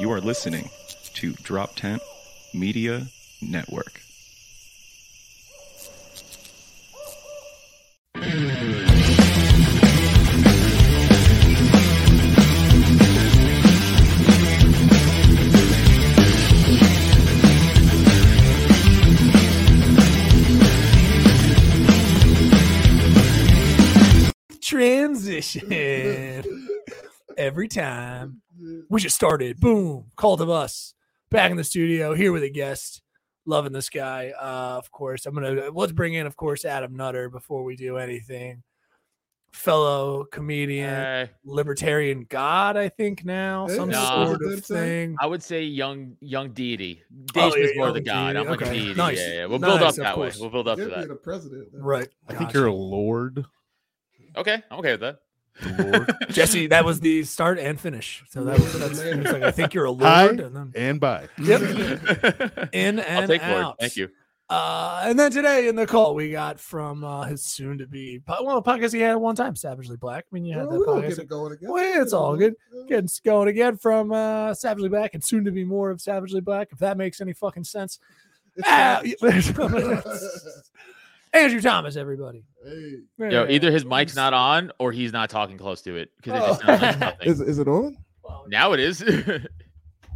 You are listening to Drop Tent Media Network. transition every time. We just started. Boom. Called him us. Back in the studio here with a guest. Loving this guy. Uh, of course, I'm gonna let's bring in, of course, Adam Nutter before we do anything. Fellow comedian, Hey. libertarian god, I think now Hey, some Nah. sort of thing. I would say young young deity. Oh, Deity yeah, is more Oh, young the god. deity. I'm like a Okay. deity. Nice. Yeah, yeah. We'll build Nice, up of that way. course. We'll build up to You're that. the president. Right. I think Gotcha. you're a lord. Okay, I'm okay with that. Lord Jesse. That was the start and finish. So that was that's, it was like I think you're a Hi. lord, and then and by. yep, in and I'll take out. Lord. Thank you. Uh, and then today in the call we got from uh, his soon to be well a podcast he had at one time, Savagely Black. I mean, you had Well, that we don't get podcast. it going again. Well, yeah, it's all good. Getting going again from uh, Savagely Black and soon to be more of Savagely Black, if that makes any fucking sense. It's Ah, savage. Andrew Thomas, everybody. hey. Yo, Yeah. either his mic's not on or he's not talking close to it because it just Oh. sounds like nothing. Is, is it on? Well, now it is.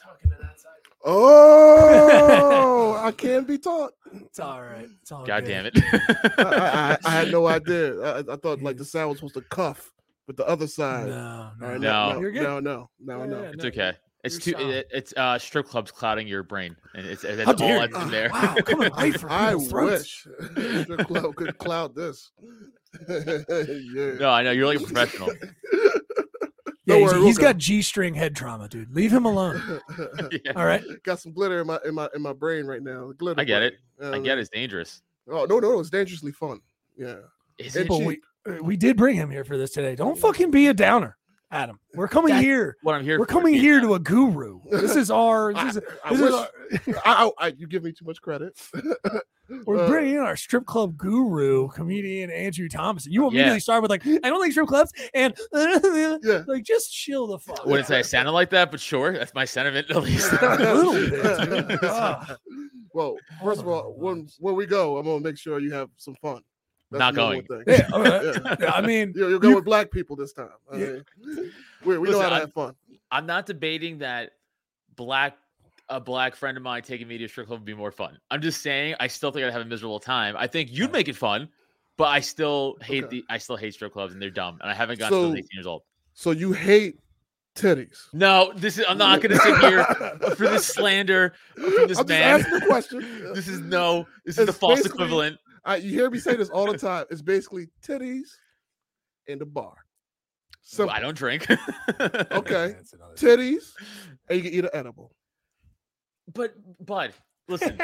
talking to that side. Oh, I can be taught. It's all right. It's all god good. damn it. I, uh, I, I- I had no idea. I, I thought like the sound was supposed to cuff, but the other side. No, All right, no. now- No. now- You're good. now I know. Now I Yeah, know. yeah, it's no, okay. It's too you're solid. it, it's uh strip clubs clouding your brain. And it's that's How all dare that's you. in there. Wow, coming right from I people's throats. wish the cloud could cloud this. yeah. no, I know you're like a professional. Yeah, Don't he's, worry, he's we'll go. got G-string head trauma, dude. Leave him alone. Yeah, All right. Got some glitter in my in my in my brain right now. Glitter. I get it. brain. I Um, get it's dangerous. Oh no, no, it's dangerously fun. Yeah. Is It- it But we uh, we did bring him here for this today. Don't fucking be a downer, Adam. We're coming That- here. what I'm here We're for, coming dude. here to a guru. This is our. I, This is, I this is wish, our- I, I, I, you give me too much credit. we're Uh, bringing in our strip club guru, comedian Andrew Thompson. You immediately Yeah. start with like, I don't like strip clubs, and Yeah. like just chill the fuck. I wouldn't say I sounded like that, but sure, that's my sentiment at least. a little bit, dude. Ah. well, first of all, when when we go, I'm gonna make sure you have some fun. Not the number one thing. Yeah, all right. Yeah. Yeah, I mean, You, you'll go You- with black people this time. I Yeah. mean, we we know Listen, how to I- have fun. I'm not debating that black a black friend of mine taking me to a strip club would be more fun. I'm just saying I still think I'd have a miserable time. I think you'd make it fun, but I still hate Okay. the I still hate strip clubs and they're dumb. And I haven't gotten to So- 18 years old. So you hate titties. No, this is I'm not gonna sit here for this slander from this I'm just man. asking the question. this is no, this is the It's false basically- equivalent. I, you hear me say this all the time. It's basically titties and the bar. So I don't drink. okay, that's another- titties, and you can eat an edible. But bud, listen,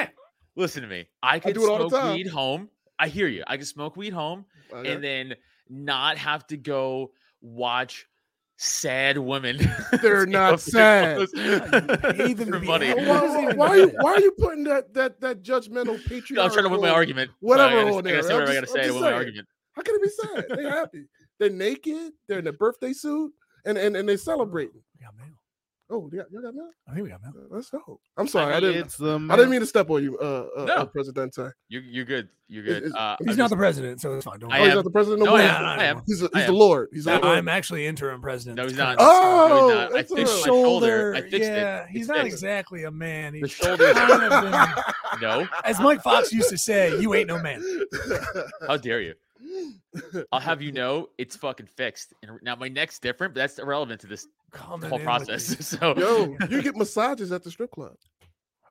listen to me. I could do it all the smoke time. Oh, weed home. I hear you. I can smoke weed home Okay? and then not have to go watch sad women. They're take not off their sad. clothes pay them for to be money. out. Why, Who doesn't even why, why are know you that? why are you putting that that that judgmental patriarchal? I'm trying to win my argument. Whatever Sorry, I on gotta, I there, gotta say I'm whatever I gotta just- say to I'm just win my saying. argument. How can it be sad? They're happy. They're naked. They're in their birthday suit, and and, and they're celebrating. We got mail. Oh, yeah, y'all got mail? I think we got mail. Uh, Let's go. I'm sorry, I, mean, didn't. it's- I didn't mean to step on you, uh, uh, No. uh Presidente. You're, you're good. You're It's- good. it's- uh, He's not I'm just- the president, so it's fine. Don't Oh, I worry. he's am- not the president. no, No, I more. am. I am. He's, a, I he's the am. Lord. He's the No, Lord. I'm actually interim president. No, he's Come on. not. No, he's Oh, not. I fixed that's all my right. shoulder. I Shoulder, fixed yeah, it. It's he's not fixed. exactly a man. The He's shoulder. kind of been- No. as Mike Fox used to say, "You ain't no man." How dare you? I'll have you know it's fucking fixed. And now my neck's different, but that's irrelevant to this Coming whole in with these- process. So Yo, you get massages at the strip club.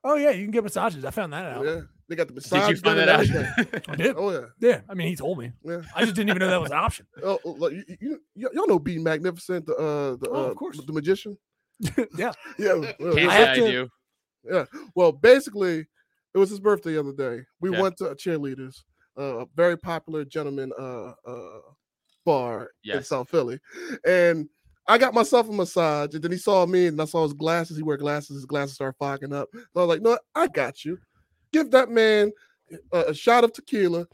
Oh yeah, you can get massages. I found that out. Yeah, they got the did massage. you gun find that and out? everything. I did. Oh yeah, Yeah, I mean, he told me. yeah. I just didn't even know that was an option. Oh, oh, look, you, you, you, y'all know B Magnificent, the uh, the, uh, Oh, of course. the magician. yeah, Yeah, well, Can't I say have I to- do. well, basically, it was his birthday the other day. We Yeah. went to a cheerleaders, uh, a very popular gentleman uh, uh, bar in Yes. South Philly, and I got myself a massage, and then he saw me, and I saw his glasses. He wear glasses. His glasses start fogging up. So I was like, "No, I got you. Give that man a, a shot of tequila,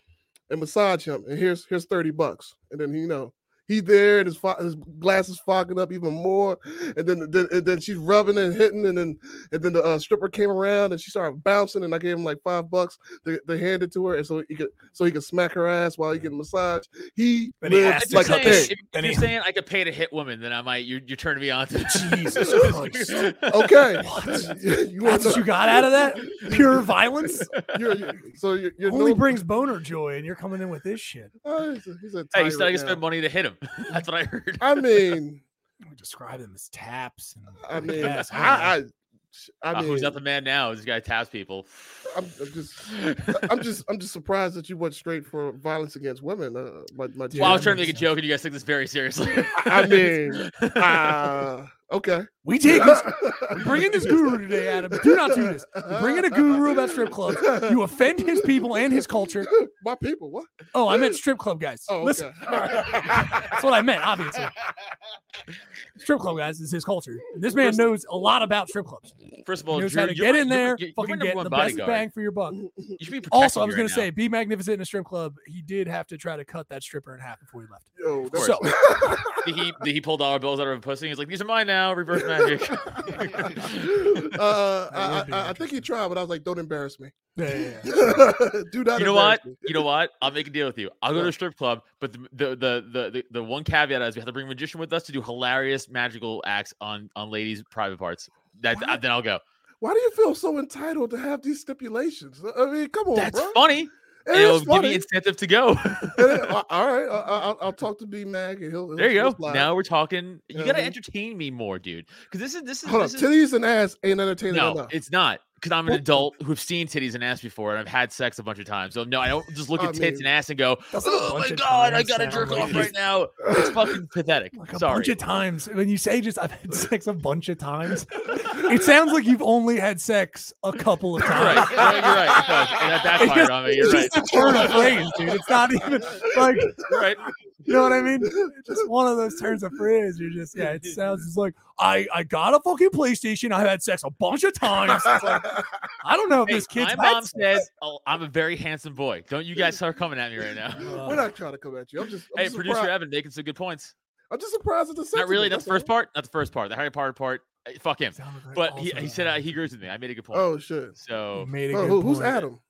and massage him. And here's here's thirty bucks. And then you know." He there and his, fo- his glasses fogging up even more, and then, then and then she's rubbing and hitting, and then and then the uh, stripper came around and she started bouncing, and I gave him like five bucks. They, they handed to her, and so he could so he could smack her ass while he getting massage. He But he lived asked If to you're, like a come saying, pig. if- if And you're he- saying I could pay to hit women, then I might. You you turn me on to Jesus Christ. Okay, What? you want that's what to, you got out of that. Pure violence you're, you're- so you're, you're only doing- brings boner joy, and you're coming in with this shit. Oh, he's a- he's a Hey, you still got to tyrant spend now. money to hit him. That's what I heard. I mean, We describe them as taps. And I mean, Yes, I I, I, I Uh, mean, who's not the man now? This guy taps people. I'm, I'm just. I'm just, I'm just surprised that you went straight for violence against women. Uh, my, my Yeah, well, I was that trying makes to make a sense. joke, and you guys took this very seriously. I mean, uh, okay. we take this. we Bring in this guru today, Adam. Do not do this. You Bring in a guru about strip clubs. You offend his people and his culture. My people, what? Oh, I meant strip club guys. Oh, okay. Listen, that's what I meant. Obviously, strip club guys is his culture. And this man knows a lot about strip clubs. First of He all, knows Drew, how to you're get my- in you're my- there, you're my fucking number get one the best bodyguard. bang for your buck. You should be protecting Also, I was me going right to now. say, be magnificent in a strip club. He did have to try to cut that stripper in half before he left. Yo, that's- course. Did he did he pull dollar bills out of a pussy? He's like, these are mine now. Reverse magic. uh, That I, would be I, I think he interesting. tried, but I was like, "Don't embarrass me." Yeah, yeah, yeah. Do not. you know what? embarrass me. You know what? I'll make a deal with you. I'll go to What? a strip club, but the the the the, the, the one caveat is we have to bring a magician with us to do hilarious magical acts on on ladies' private parts. That What? then I'll go. Why do you feel so entitled to have these stipulations? I mean, come on, That's bro. funny. Oh, and It is it'll give funny. me incentive to go. It is- all- all right, I, I, I'll- I'll talk to B Mag. and He'll, he'll there you he'll go. slide. Now we're talking. You Yeah, gotta man. entertain me more, dude. Because this is this is hold on. this is Titties and ass ain't entertaining no, enough. it's not. Because I'm an Well- adult who've seen titties and ass before, and I've had sex a bunch of times. So no, I don't just look I at tits mean- and ass and go, Doesn't a "Oh bunch my of god, I times gotta sound jerk like off it's- right now." It's fucking pathetic. Like a Sorry. bunch of times. When you say just I've had sex a bunch of times, it sounds like you've only had sex a couple of You're right. times. You're right. You're right. It does. And that backfired on me. You're It's right. just a turn of phrase, dude. It's not even like You're right. you know what I mean? It's just one of those turns of phrase. You're just yeah, it sounds it's like I I got a fucking PlayStation, I've had sex a bunch of times. It's like, I don't know if Hey, this kid's my had mom sex. says oh, I'm a very handsome boy. Don't you guys start coming at me right now. We're not trying to come at you. I'm just, I'm Hey, just producer surprised. Evan making some good points. I'm just surprised at the Not really. sentiment, That's the all. first part. Not the first part. The Harry Potter part. eh, Fuck him. Sounded like But he, also he said uh, Adam. he agrees with me. I made a good point. Oh shit! You So made a Oh, good who- who's point. Adam?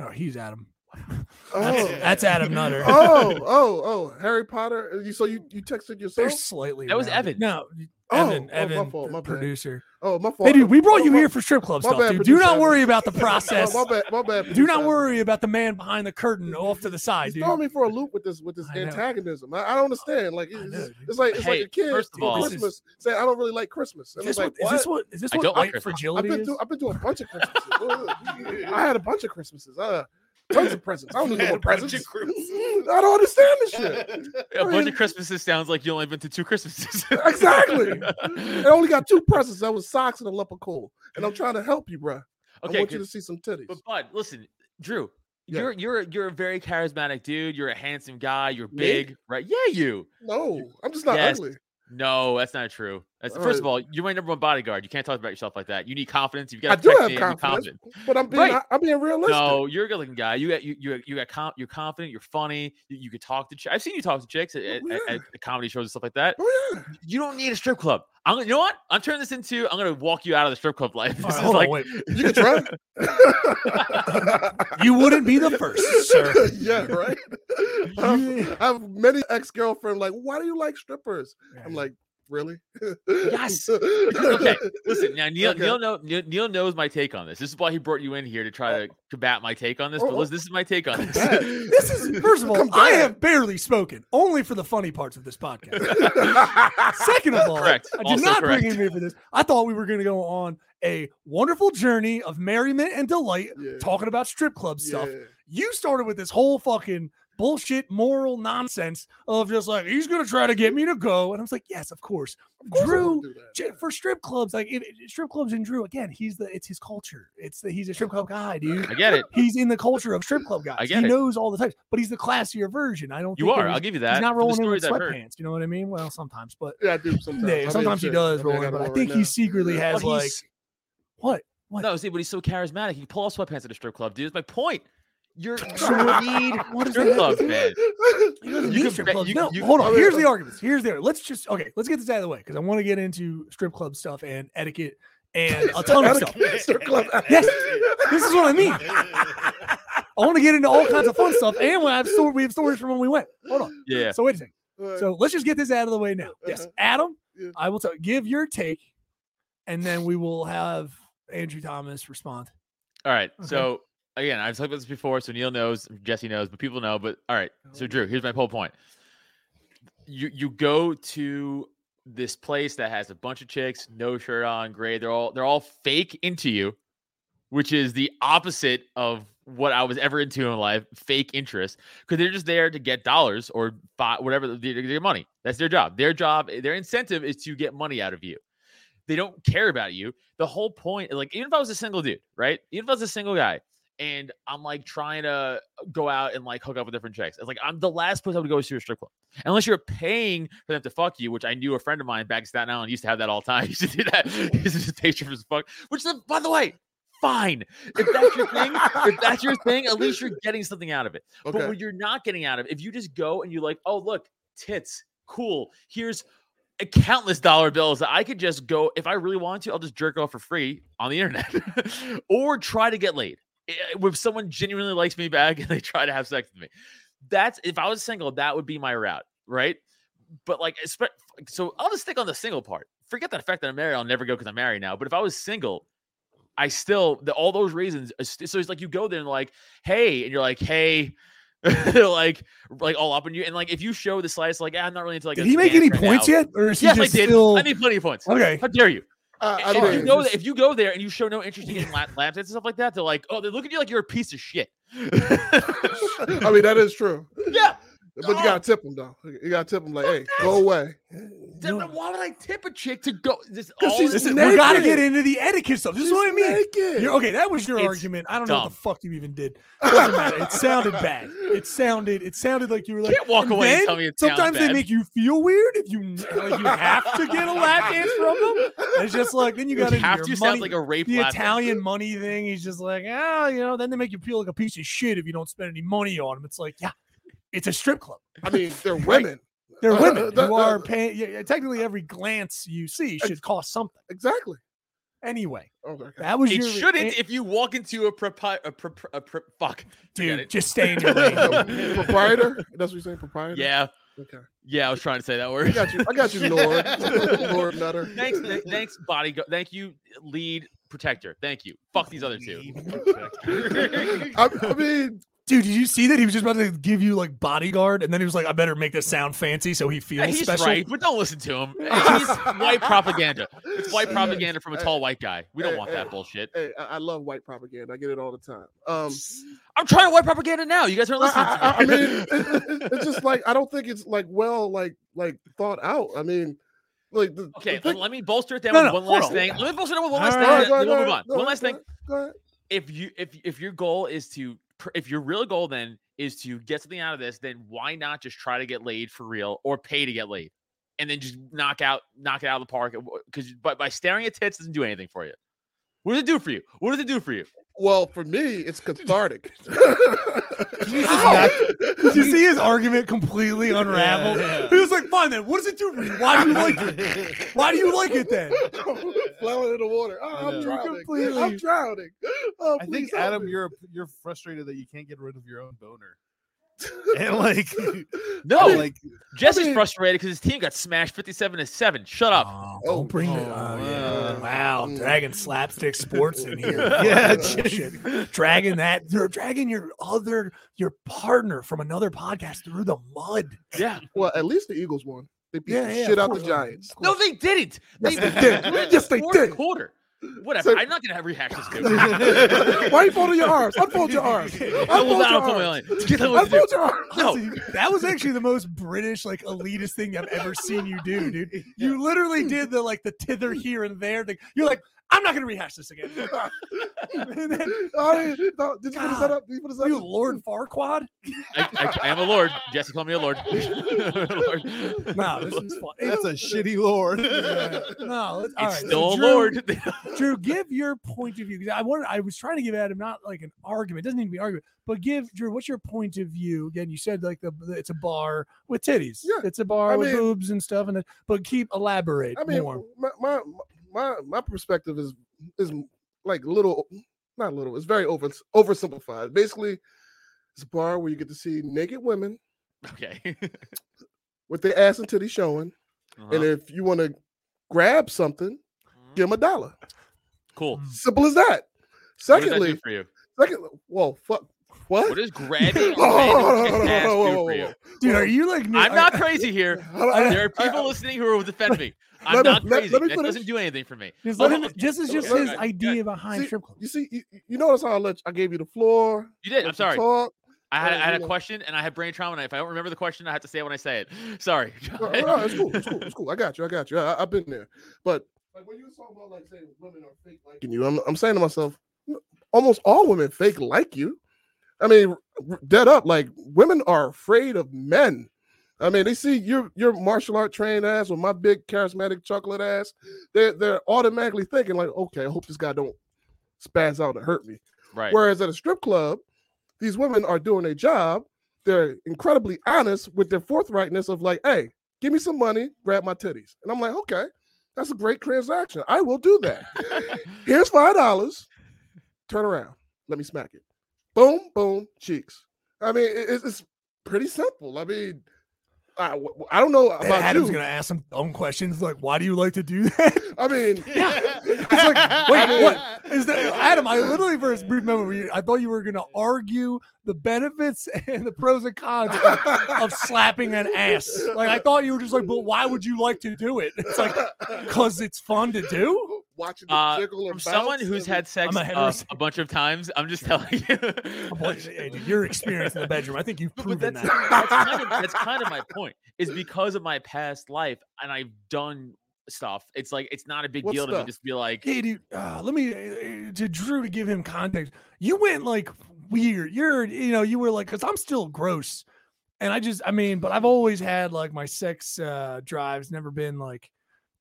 Oh, he's Adam. That's, Oh, that's Adam Nutter. oh, oh, oh, Harry Potter. uh, You so you you texted They're yourself? slightly. That was rounded. Evan. No, Oh, Evan. oh, my Evan, fault, the my bad. producer. Oh, my fault. Hey, dude, we brought Oh, you my- here for strip club my stuff, bad, dude. Do producer not Evan. worry about the oh, process. my bad, my bad. Do producer not Evan. worry about the man behind the curtain off to the side, He's dude. throwing me for a loop with this with this I know. antagonism. I, I don't understand. Like I it's, know, just- dude. it's like it's Hey, like a kid first of for all- This is- Christmas saying I don't really like Christmas. Is And this, I'm what, like, is this what is this I what don't like white Christmas. I've fragility been is? through I've been through a bunch of Christmases. Ugh. I had a bunch of Christmases. Uh, tons of presents. I don't need no Had more a bunch of presents. I don't understand this shit. a bunch mean- of Christmases sounds like you only been to two Christmases. Exactly. I only got two presents. That was socks and a leopard coat. And I'm trying to help you, bruh. I okay. want you Good. to see some titties. But Bud, listen, Drew, Yeah. you're you're you're a very charismatic dude. You're a handsome guy. You're Me? big, right? Yeah, you. no, I'm just not Yes. ugly. No, that's not true. That's, All first right. of all, you're my number one bodyguard. You can't talk about yourself like that. You need confidence. You've got to I do protect have me and be confidence. confident. But I'm being Right. I, am being realistic. No, you're a good-looking guy. You got you you you got com- you're confident. You're funny. You, you could talk to. Ch- I've seen you talk to chicks at, at, at- Oh, yeah. at the comedy shows and stuff like that. Oh yeah. You don't need a strip club. I'm gonna- you know what? I'm turning this into. I'm gonna walk you out of the strip club life. All right, This is hold like on, wait. You can try. You wouldn't be the first, sir. yeah, right. I've, I've many ex girlfriend like, why do you like strippers? I'm like, really? Yes. okay, listen. Now Neil, Okay. Neil, know, Neil, Neil knows my take on this. This is why he brought you in here to try to combat my take on this. Oh, But oh. listen, this is my take on this. Bad. This is first of all, Come I back. have barely spoken, only for the funny parts of this podcast. Second of all, Correct. I did Also not correct. bring him here for this. I thought we were going to go on a wonderful journey of merriment and delight, Yeah, talking about strip club stuff. yeah. You started with this whole fucking bullshit moral nonsense of just like he's going to try to get me to go, and I was like, yes, of course. Of course I Drew wouldn't do that. J- For strip clubs, like it, it- strip clubs and Drew again, he's the it's his culture. It's the, he's a strip club guy, dude. I get it. He's in the culture of strip club guys. get he it. knows all the types, but he's the classier version. I don't. You think that are. he's- I'll give you that. He's not from the rolling in with stories I've heard. sweatpants. You know what I mean? Well, sometimes, but Yeah, I do sometimes. I yeah, mean, sometimes he shit. does I mean, roll in. got But I one think right he now. secretly Yeah. has But like he's- what? What? No, see, but he's so charismatic. He can pull off sweatpants at a strip club, dude. That's my point. You're you So don't what- need what does strip that clubs, man. He doesn't You need can strip bet- clubs. you- no, you- hold on. I mean, Here's the uh, arguments. Here's the. Let's just okay. Let's get this out of the way because I want to get into strip club stuff and etiquette and a ton of stuff. Strip club. Yes. This is what I mean. I want to get into all kinds of fun stuff, and we have story, we have stories from when we went. Hold on. Yeah. So wait a second. Right. So let's just get this out of the way now. Yes, Uh-huh. Adam, Yeah. I will tell, give your take, and then we will have Andrew Thomas respond. All right. Okay. So again, I've talked about this before, so Neil knows, Jesse knows, but people know. But all right. So Drew, here's my whole point. You you go to this place that has a bunch of chicks, no shirt on, gray. They're all they're all fake into you, which is the opposite of what I was ever into in life. Fake interest, because they're just there to get dollars or buy whatever the- their, their money. That's their job. Their job, their incentive is to get money out of you. They don't care about you the whole point, like, even if I was a single dude, right? Even if I was a single guy and I'm like trying to go out and like hook up with different chicks, it's like I'm the last place I would go is to a strip club. Unless you're paying for them to fuck you, which I knew a friend of mine back in Staten Island used to have that all the time. He used to do that. He used to just pay strippers to fuck, which, is- by the way, fine. If that's your thing, if that's your thing, at least you're getting something out of it. But Okay. what you're not getting out of, if you just go and you're like, oh, look, tits, cool. Here's a countless dollar bills that I could just go, if I really want to, I'll just jerk off for free on the internet or try to get laid. Eh, If someone genuinely likes me back and they try to have sex with me, that's if I was single, that would be my route, right? But like, espe- so I'll just stick on the single part. Forget the fact that I'm married. I'll never go because I'm married now. But if I was single, I still the, all those reasons. is st- So it's like you go there and like, hey, and you're like, hey, like, like all up on you. And like, if you show the slice, like, "Ah, I'm not really into like. Did a he make dance any right points now." yet, or is he Yes, I just did. still I made plenty of points. okay? How dare you? I, I And if you mean, go just- there, if you go there and you show no interest in getting lap, laps and stuff like that, they're like, oh, they look at you like you're a piece of shit. I mean, that is true. yeah. But you gotta tip them though. You gotta tip them like, hey, go away. then Why would I tip a chick to go? This, Because all she's this Listen, naked. we gotta get into the etiquette stuff. This is what I mean. Naked. You're, okay, that was your It's argument. I don't know what dumb. the fuck you even did. Doesn't matter. It sounded bad. It sounded. It sounded like you were like. can't walk "And away and then tell me it sounds sometimes they bad." make you feel weird if you like you have to get a lap dance from them. And it's just like then you got Which to have to sound like a rape the lap dance. Italian money thing. He's just like, ah, you know. Then they make you feel like a piece of shit if you don't spend any money on them. It's like, yeah, it's a strip club. I mean, they're women. They're Uh, women. that- You are that- paying. yeah, yeah, Technically, every glance you see should cost something. Exactly. Anyway, Okay. that was It your eh, shouldn't an- if you walk into a propi- a, pro- a pro- fuck. forget dude. it. Just stay in your lane. Uh, proprietor? That's what you're saying, proprietor? Yeah, Okay. yeah, I was trying to say that I word. got you. I got you, Lord. Lord Nutter. thanks, th- thanks, bodyguard. Thank you, lead protector. Thank you. Fuck these other two. I, I mean, Dude, did you see that he was just about to give you like bodyguard, and then he was like, "I better make this sound fancy so he feels And he's special." right, but don't listen to him. He's white propaganda. It's white propaganda from a tall white guy. We don't Hey, want hey. that bullshit. hey, I, I love white propaganda. I get it all the time. Um, I'm trying to white propaganda now. You guys aren't listening. I, I, I to me. mean, it- it- it's just like I don't think it's like well, like like thought out. I mean, like the, okay, the let, thing- let me bolster it down No, with no, one hold last on. thing. Let me bolster it down with one All last right, thing. All right, and go then ahead, go we'll move on. One ahead, go ahead, last go thing. ahead, go ahead. if you if if your goal is to pr- if your real goal then is to get something out of this, then why not just try to get laid for real or pay to get laid? and then just knock out, knock it out of the park. uh, Because but by staring at tits doesn't do anything for you. What does it do for you? What does it do for you? Well, for me, it's cathartic. Did you see his argument completely unravel? Yeah. He was like, "Fine then, what does it do for you? Why do you like it? Why do you like it then?" Flailing in the water. Oh, I know. I'm drowning. Completely. I'm drowning. Oh, I please think help Adam, me. you're you're frustrated that you can't get rid of your own boner, and like, No, like Jesse's mean- frustrated because his team got smashed fifty-seven to seven. Shut up. Oh, Oh, don't bring oh, it. Oh, yeah. wow. Wow, Mm. dragging slapstick sports in here. Yeah, Shit. dragging that. You're dragging your other your partner from another podcast through the mud. Yeah. Well, at least the Eagles won. They beat Yeah, the yeah, of shit out the course. Giants. No, they didn't. Yes, they did. Yes, they Fourth did. Quarter. Whatever. So- I'm not gonna rehash this. Dude. Why are you folding your arms? Unfold your arms. I will Unfold not your put my arms. line. Get that what to do. Unfold your arms. No. that was actually the most British, like elitist thing I've ever seen you do, dude. You literally did the like the tither here and there thing. You're like, I'm not gonna rehash this again. And then Oh, yeah. No, did you put his head up? Did you put his head you up? Lord Farquad? I, I, I am a lord. Jesse called me a lord. Lord. No, this is fun. that's a shitty lord. Yeah. No, it's, all right. It's so still a Drew- lord. Drew, give your point of view. 'cause I wanted, I was trying to give Adam not like an argument. It doesn't need to be argument, but give Drew. What's your point of view? Again, you said like the, the- it's a bar with titties. Yeah, it's a bar I with mean- boobs and stuff. And it- but keep elaborate I mean, more. my, my my my perspective is is like little, not little. It's very over oversimplified. Basically, it's a bar where you get to see naked women okay. with their ass and titty showing, and Uh-huh. if you want to grab something, give them a dollar. Cool. Simple as that. Hmm. What does that do Mm. Secondly, for you? second, well, fuck, what? What does grabbing Whoa, whoa, random whoa, chick's ass whoa, do whoa, for whoa, you? whoa. Dude, are you like? I'm are- not crazy here. I don't- I- There are people listening who will defend me. I'm Let me- not let- crazy. let me That doesn't finish. do anything for me. Just let Oh, him, okay. this is just Look, his I- idea behind See, strip club. You see, you, you notice how I let I gave you the floor. You did. let I'm you sorry. Talk. I had, I had a Yeah. question and I had brain trauma. And if I don't remember the question, I have to say it when I say it. Sorry. No, no, no, it's cool. It's cool. It's cool. I got you. I got you. I, I've been there. But like when you were talking about like saying women are fake like you, I'm, I'm saying to myself, "No, almost all women fake like you. I mean, r- dead up. Like women are afraid of men. I mean, they see your your martial art trained ass with my big charismatic chocolate ass. They're they're automatically thinking like, okay, I hope this guy don't spaz out and hurt me. Right. Whereas at a strip club, these women are doing their job. They're incredibly honest with their forthrightness of like, hey, give me some money, grab my titties. And I'm like, okay, that's a great transaction. I will do that. Here's five dollars. Turn around. Let me smack it. Boom, boom, cheeks. I mean, it- it's, it's pretty simple. I mean, I, w- I don't know about Adam's you. gonna ask some dumb questions like, "Why do you like to do that?" I mean, It's like, wait, what is that? Adam, I literally for a brief moment, where you- I thought you were going to argue the benefits and the pros and cons of, of slapping an ass. Like, I thought you were just like, but why would you like to do it? It's like, because it's fun to do. watching the Uh, jiggle and From someone bounce, who's I mean, had sex a uh, a, heterosexual. bunch of times, I'm just telling you. but Boy, hey, dude, Your experience in the bedroom, I think you've but proven that's, that. that's, kind of, that's kind of my point. Is because of my past life and I've done stuff. It's like it's not a big What deal to me stuff? just be like, Hey, dude, uh, let me, uh, to Drew, to give him context, you went like weird. You're, you know, you were like, because I'm still gross. And I just, I mean, but I've always had like my sex uh, drives, never been like,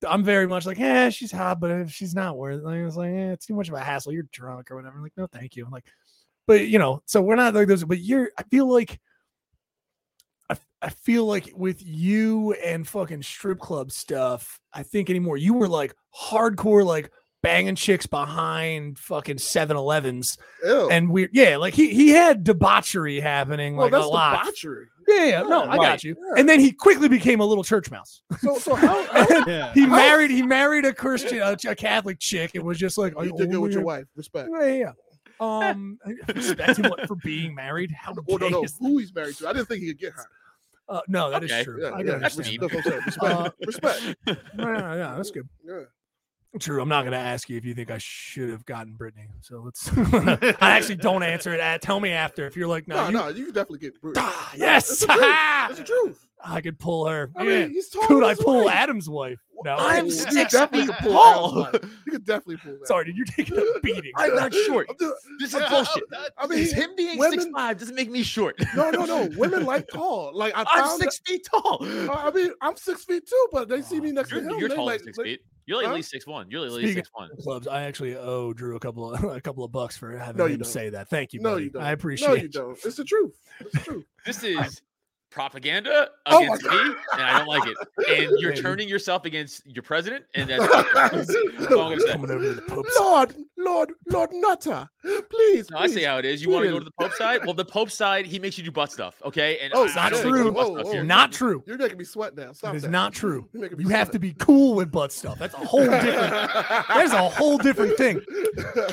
I'm very much like, yeah, she's hot, but if she's not worth it, like, it's like, eh, it's too much of a hassle. You're drunk or whatever. like, no, thank you. I'm like, but you know, so we're not like those, but you're, I feel like, I, f- I feel like with you and fucking strip club stuff, I think anymore, you were like hardcore, like banging chicks behind fucking 7 Elevens ew. and weird. Yeah. Like he, he had debauchery happening well, like that's a lot. debauchery. Yeah. yeah, No, I Right. got you. And then he quickly became a little church mouse. So, so how, how Yeah. He married, he married a Christian, a, a Catholic chick. It was just like, you did good with your wife. Respect. Yeah, yeah. yeah. Um, I respect him what, for being married. How Oh no, gay no, is that? who he's married to? I didn't think he could get her. Uh, no, that is Okay. true. Yeah, I yeah, can that's- understand. that's what I'm saying. Respect. Uh, respect. No, no, no, that's good. Yeah. True. I'm not going to ask you if you think I should have gotten Brittany. So let's. I actually don't answer it. Uh, Tell me after if you're like, no, No, no, you- you, can definitely get bruised. Ah, yes. That's the truth. That's the truth. I could pull her. I Yeah. mean, he's tall. Could as I his pull wife. Adam's wife? No. I'm You six definitely feet could pull that tall. one. You could definitely pull that. Sorry, dude, you're taking a beating. I'm not short. I'm just- This is bullshit. I mean, It's him being women- six five doesn't make me short. no, no, no. Women like tall. Like I I'm found six feet tall. Uh, I mean, I'm six feet too, but they see me next to You're, him. you're they taller like, than six like- feet. You're like Huh? at least six one. You're like at least Speaking- six one. clubs. I actually owe Drew a couple of a couple of bucks for having No, you him don't. say that. Thank you. No, buddy. you don't. I appreciate No, you it. don't. It's the truth. It's the truth. This is propaganda Oh my against me, and I don't like it. And you're Maybe. turning yourself against your president, and that's all I'm gonna say. Coming over to the Pope's. Lord, Lord, Lord Nutter, please. No, I see please. how it is. You want to go to Sweden. the Pope side? Well, the Pope side, he makes you do butt stuff, okay? And Oh, I- it's I not don't think we true. do butt Whoa, stuff whoa. here. Not true. You're making me sweat now. Stop It is that. not true. You're making me You have to sweat. be cool with butt stuff. That's a whole different. that is a whole different thing.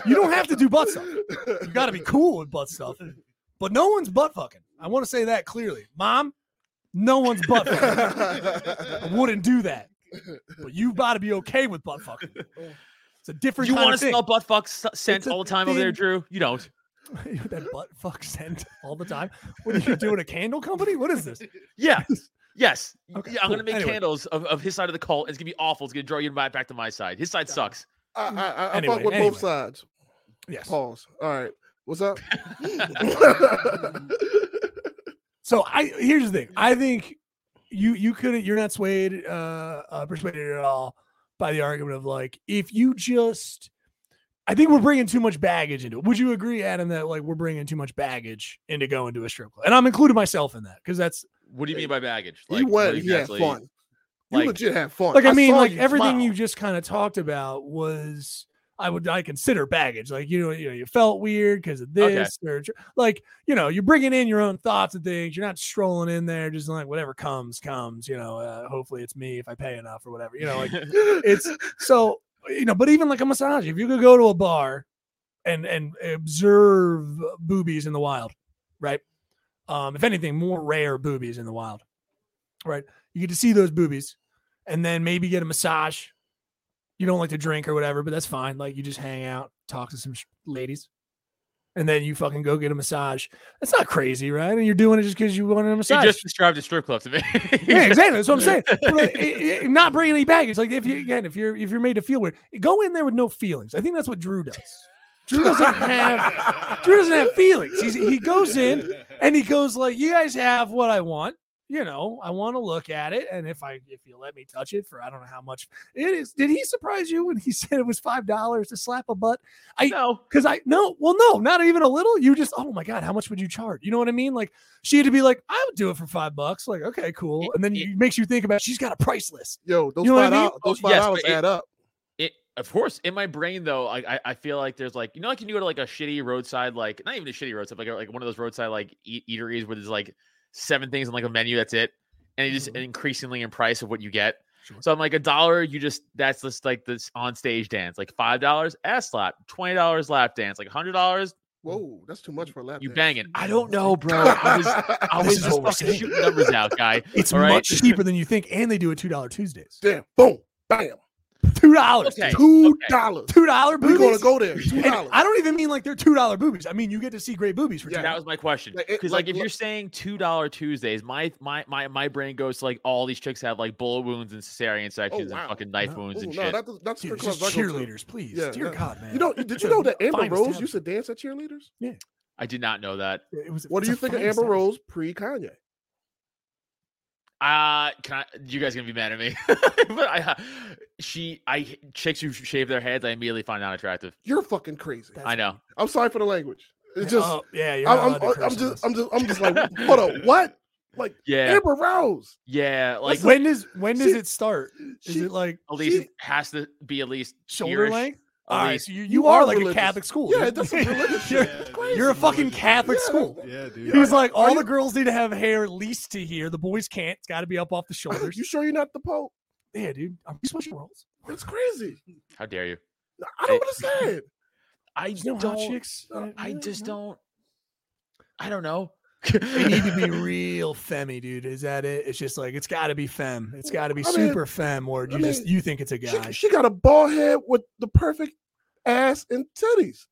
You don't have to do butt stuff. You got to be cool with butt stuff. But no one's butt fucking. I want to say that clearly. Mom, no one's butt fucking. I wouldn't do that. But you got to be okay with butt fucking. It's a different. You kind want of to thing. smell butt fuck s- scent It's a all the time over there, thing. Drew? You don't. that butt fuck scent all the time. What are you doing? A candle company? What is this? Yeah. Yes. Y- Okay, yeah, I'm cool. gonna make Anyway. candles of, of his side of the cult. It's gonna be awful. It's gonna draw you right back to my side. His side sucks. I, I, I, I Anyway, fuck with anyway. both sides. Yes. Pause. All right. What's up? So I here's the thing. I think you you couldn't. You're not swayed, uh, uh persuaded at all by the argument of like if you just. I think we're bringing too much baggage into it. Would you agree, Adam, that like we're bringing too much baggage into going to a strip club? And I'm including myself in that because that's What do you mean by baggage? you what went. You had exactly- fun. like- you legit had fun. like I, mean, saw like you everything smile. you just kind of talked about was I would I consider baggage. Like you know, you know, you felt weird because of Okay. this or tr- like you know, you're bringing in your own thoughts and things. You're not strolling in there just like whatever comes comes. You know, uh, hopefully it's me if I pay enough or whatever. You know, like it's so you know. But even like a massage, if you could go to a bar and and observe boobies in the wild, right? Um, if anything, more rare boobies in the wild, right? You get to see those boobies and then maybe get a massage. You don't like to drink or whatever, but that's fine. Like you just hang out, talk to some sh- ladies, and then you fucking go get a massage. That's not crazy, right? And you're doing it just because you wanted a He massage. just described a strip club to me. yeah, exactly. That's what I'm saying. But, like, i- i- not bringing any baggage. Like if you again, if you're if you're made to feel weird, go in there with no feelings. I think that's what Drew does. Drew doesn't have Drew doesn't have feelings. He's, he goes in and he goes like, "You guys have what I want. You know, I want to look at it, and if I if you let me touch it for I don't know how much it is. Did he surprise you when he said it was five dollars to slap a butt? No. Because I no, well, no, not even a little. You just, oh my god, how much would you charge? You know what I mean? Like she had to be like, I would do it for five bucks. Like, okay, cool. And then it makes you think about she's got a price list. Yo, those You know what I five mean? dollars. Those Oh, five yes, dollars but it- add up. It, of course, in my brain though, like I, I feel like there's like you know like can you go to like a shitty roadside like not even a shitty roadside like a- like one of those roadside like eat, eateries where there's like seven things on like a menu that's it, and it just increasingly in price of what you get. Mm-hmm. Sure. So I'm like a dollar, you just that's just like this on stage dance, like five dollars ass slap, twenty dollars lap dance, like hundred dollars Whoa, that's too much for a lap. you dance. banging. I don't know, bro. I was I This was is just what we're fucking saying. shooting numbers out, guy. It's All right. much cheaper than you think, and they do a two dollar Tuesdays. Damn. Boom. Bam. Two dollars. Okay. Two dollars. Two dollar We're boobies. gonna go there. Two And dollars. I don't even mean like they're two dollar boobies. I mean you get to see great boobies for Yeah. two. That was my question. Like, it- Because like, like, if look- you're saying two dollar Tuesdays, my my my my brain goes to like all these chicks have like bullet wounds and cesarean sections Oh, wow. and fucking knife No. wounds Ooh, and no, shit. that does, that's Dude, strip just clubs I go to. cheerleaders, please. Yeah, Dear yeah. God, man. You know, did you a know that Amber fine Rose used to establishment. dance at cheerleaders? I did not know that. It was- What do it's you a think of fine establishment. Amber Rose pre Kanye? Uh can I, you guys gonna be mad at me? but I she I chicks who shave their heads, I immediately find not attractive. You're fucking crazy. That's- I know. I'm sorry for the language. It's just, Oh, yeah, you're I'm, not I'm, allowed to I'm curse on this. just, I'm just, I'm just like, hold on, what? Like Yeah, Amber Rose? yeah. Like when does when does she- it start? Is she- it like at least she- it has to be at least shoulder earish, length? at All right, least- so uh, you, you, you are, are like religious. a Catholic school. Yeah, You're- that's some religious you're, shit. It's crazy. you're a fucking Catholic Yeah. school. Yeah, dude. He was like, all the you- girls need to have hair least to here. The boys can't. It's got to be up off the shoulders. You sure you're not the Pope? yeah, dude. Are we switching roles? It's crazy. How dare you? I don't understand. I There's no hot chicks. uh, I Really? just No? don't. I don't know. They need to be real femmy, dude. Is that it? It's just like it's got to be femme. It's got to be I mean- super femme, or you I just mean, you think it's a guy. She, she got a bald head with the perfect ass and titties,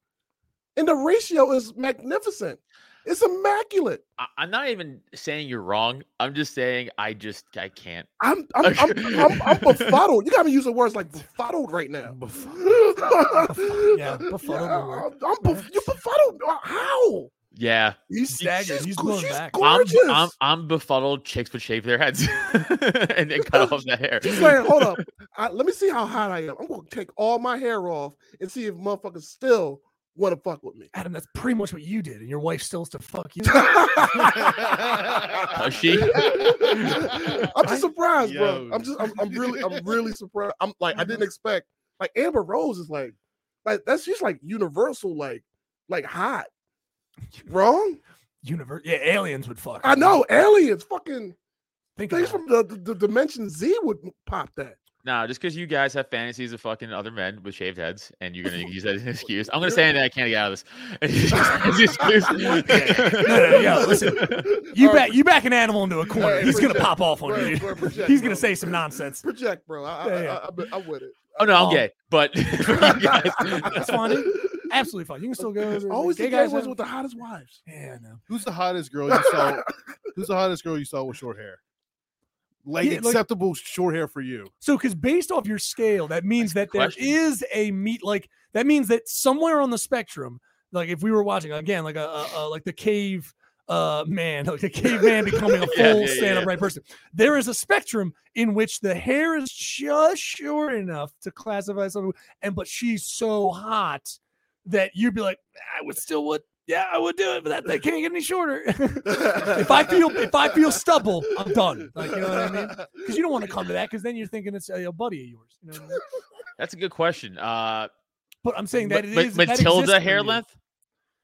and the ratio is magnificent. It's immaculate. I, I'm not even saying you're wrong. I'm just saying I just I can't. I'm I'm, I'm, I'm, I'm befuddled. You got me using words like befuddled right now. Yeah, befuddled would work. I'm, I'm bef- you befuddled. Uh, How? Yeah, He's staggered. she's He's go- going she's back. go- I'm, Gorgeous. I'm I'm befuddled. Chicks would shave their heads and then cut off the hair. She's saying, hold up. I, let me see how hot I am. I'm gonna take all my hair off and see if motherfuckers still want to fuck with me. Adam, that's pretty much what you did, and your wife still wants to fuck you. Does she? I'm just surprised, bro. Yo. I'm just, I'm, I'm really, I'm really surprised. I'm like, I didn't expect. Like Amber Rose is like, like that's just like universal, like, like hot. Wrong? Universe, yeah, aliens would fuck. I know aliens, fucking Think things about it. from the, the, the dimension Z would pop that. Nah, just because you guys have fantasies of fucking other men with shaved heads, and you're gonna use that as an excuse. I'm gonna say that I can't get out of this. As an excuse. No, no, yo, listen. You All right, back, you back an animal into a corner. Alright, He's gonna project. pop off on Right, you. dude. right, project, He's gonna bro. say some nonsense. project, bro. I, Yeah, I, yeah. I, I'm, I'm with it. Oh no, I'm Oh. gay, but for you guys, That's fine. dude. Absolutely fine. You can still go. Always Gay the guys have- with the hottest wives. Yeah, I know. Who's the hottest girl you saw? Who's the hottest girl you saw with short hair? Like Yeah, like- acceptable short hair for you. So, because based off your scale, that means that That's a there is question. a meet. Like that means that somewhere on the spectrum, like if we were watching again, like a, a, a- like the cave uh man, like a caveman becoming a full Yeah, yeah, yeah, stand yeah. up right person. There is a spectrum in which the hair is just short enough to classify someone, and but she's so hot that you'd be like, I would still would. Yeah, I would do it, but that they can't get any shorter. if I feel if I feel stubble, I'm done. Like you know what I mean? because you don't want to come to that because then you're thinking it's a, a buddy of yours. You know what I mean? that's a good question. Uh, But I'm saying Ma- that it Ma- is that exists Matilda for hair you. length.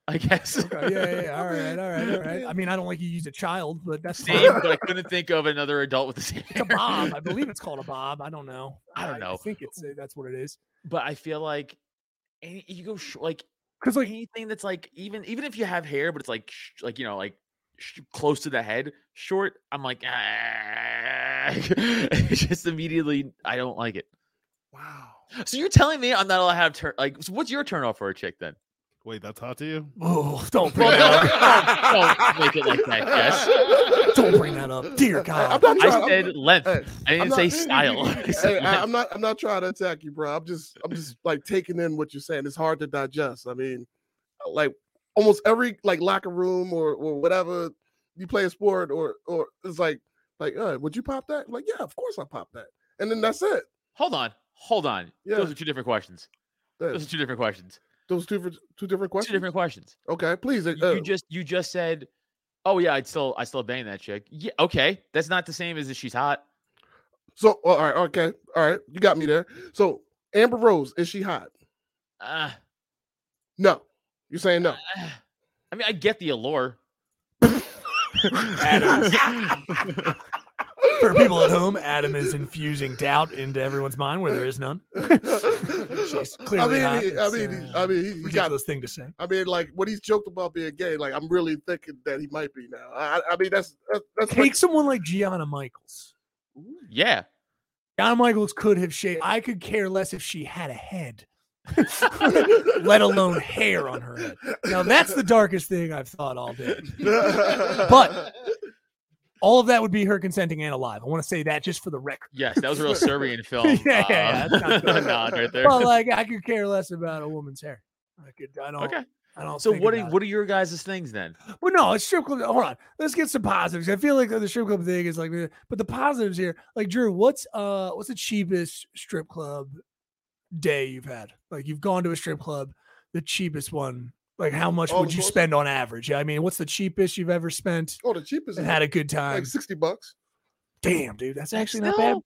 I guess. Okay, yeah, yeah, yeah. All Okay. right, all right, all right. I mean, I don't like you use a child, but that's fine. Same, but I couldn't think of another adult with the same. It's a hair. bob. I believe it's called a bob. I don't know. I don't I know. think it's uh, that's what it is. But I feel like any, you go sh- like Because like anything that's like even even if you have hair, but it's like sh- like you know like sh- close to the head, short. I'm like, ah. just immediately, I don't like it. Wow. So you're telling me I'm not allowed to have turn like so what's your turn off for a chick then? Wait, that's hot to you? Oh, don't bring Well, that up. don't, don't make it like that, Jess. Don't bring that up. Dear I'm God. not trying. I I'm- said length. hey, I didn't I'm say not- style. I said Hey, I, length. I'm not. I'm not trying to attack you, bro. I'm just. I'm just like taking in what you're saying. It's hard to digest. I mean, like almost every like locker room or or whatever you play a sport or or it's like like uh, would you pop that? like yeah, of course I pop that. And then that's it. Hold on. Hold on. Yeah. Those are two different questions. Uh, Those are two different questions. Those two for, two Two different questions. different questions. Okay, please. uh, You, oh. you just you just said, "Oh yeah, I'd still I still bang that chick." Yeah, okay. That's not the same as if she's hot. So, all right, okay, all right, you got me there. So, Amber Rose is she hot? Uh, No, you're saying no. I mean, I get the allure. For people at home, Adam is infusing doubt into everyone's mind where there is none. She's I clearly mean, hot. he- I It's, mean, he- uh, I mean, he, he got. ridiculous thing to say. I mean, like when he's joked about being gay, like I'm really thinking that he might be now. I, I mean, that's that's, that's Take someone like Gianna Michaels. Yeah. Donna Michaels could have shaved. I could care less if she had a head, like- let alone hair on her head. Now that's the darkest thing I've thought all day. But- All of that would be her consenting and alive. I want to say that just for the record. Yes, that was a real Serbian film. Yeah, yeah, uh, that's not good. nod right there. But like, I could care less about a woman's hair. I could. I don't. okay. I don't. So think what are about it. what are your guys' things then? Well, no, it's strip club. Hold on, let's get some positives. I feel like the strip club thing is like, eh, but the positives here, like Drew, what's uh, what's the cheapest strip club day you've had? Like you've gone to a strip club, the cheapest one. Like how much Oh, would the you most- spend on average? Yeah, I mean, what's the cheapest you've ever spent oh, the cheapest and is had like, a good time? sixty bucks. Damn, dude, that's actually not bad. Still,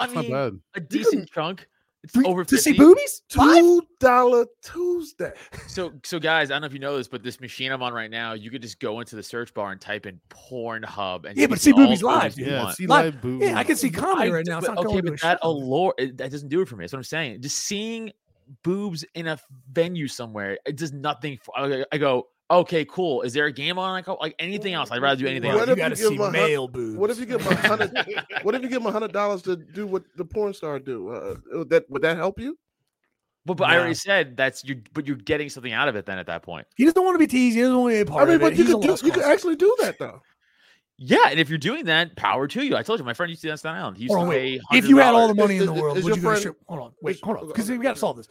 I It's mean, not bad. a decent chunk. It's Three- over to 50. see boobies? Five? Two dollar Tuesday. So, so guys, I don't know if you know this, but this machine I'm on right now, you could just go into the search bar and type in Pornhub, and Yeah, you but can see all boobies the live, you dude. Yeah, want. see Like- live boobs. Yeah, I can see comedy I right d- now. It's but- not okay, going to a but that strip club. allure it- that doesn't do it for me. That's what I'm saying. Just seeing boobs in a venue somewhere, it does nothing. For, I, I go, okay, cool. Is there a game on? I go, like anything else. I'd rather do anything Well, What else. if you you got to give see a hun- male boobs. What if you give him a hundred? what if you give him a hundred dollars to do what the porn star do? Uh, would that would that help you? But but I No. already said that's you. But you're getting something out of it then at that point. He doesn't want to be teased. He doesn't want to be a part I mean, of it. but you He's a could do, lost you could cause. actually do that though. Yeah, and if you're doing that, power to you. I told you, my friend used to do that on Staten Island. He used Hold on, to pay. Oh, wait. If you had all the $100. money in Is- the is- world, is would your you go to friend- strip? Hold on, wait, is- hold on, okay, because okay, we got to okay. solve this.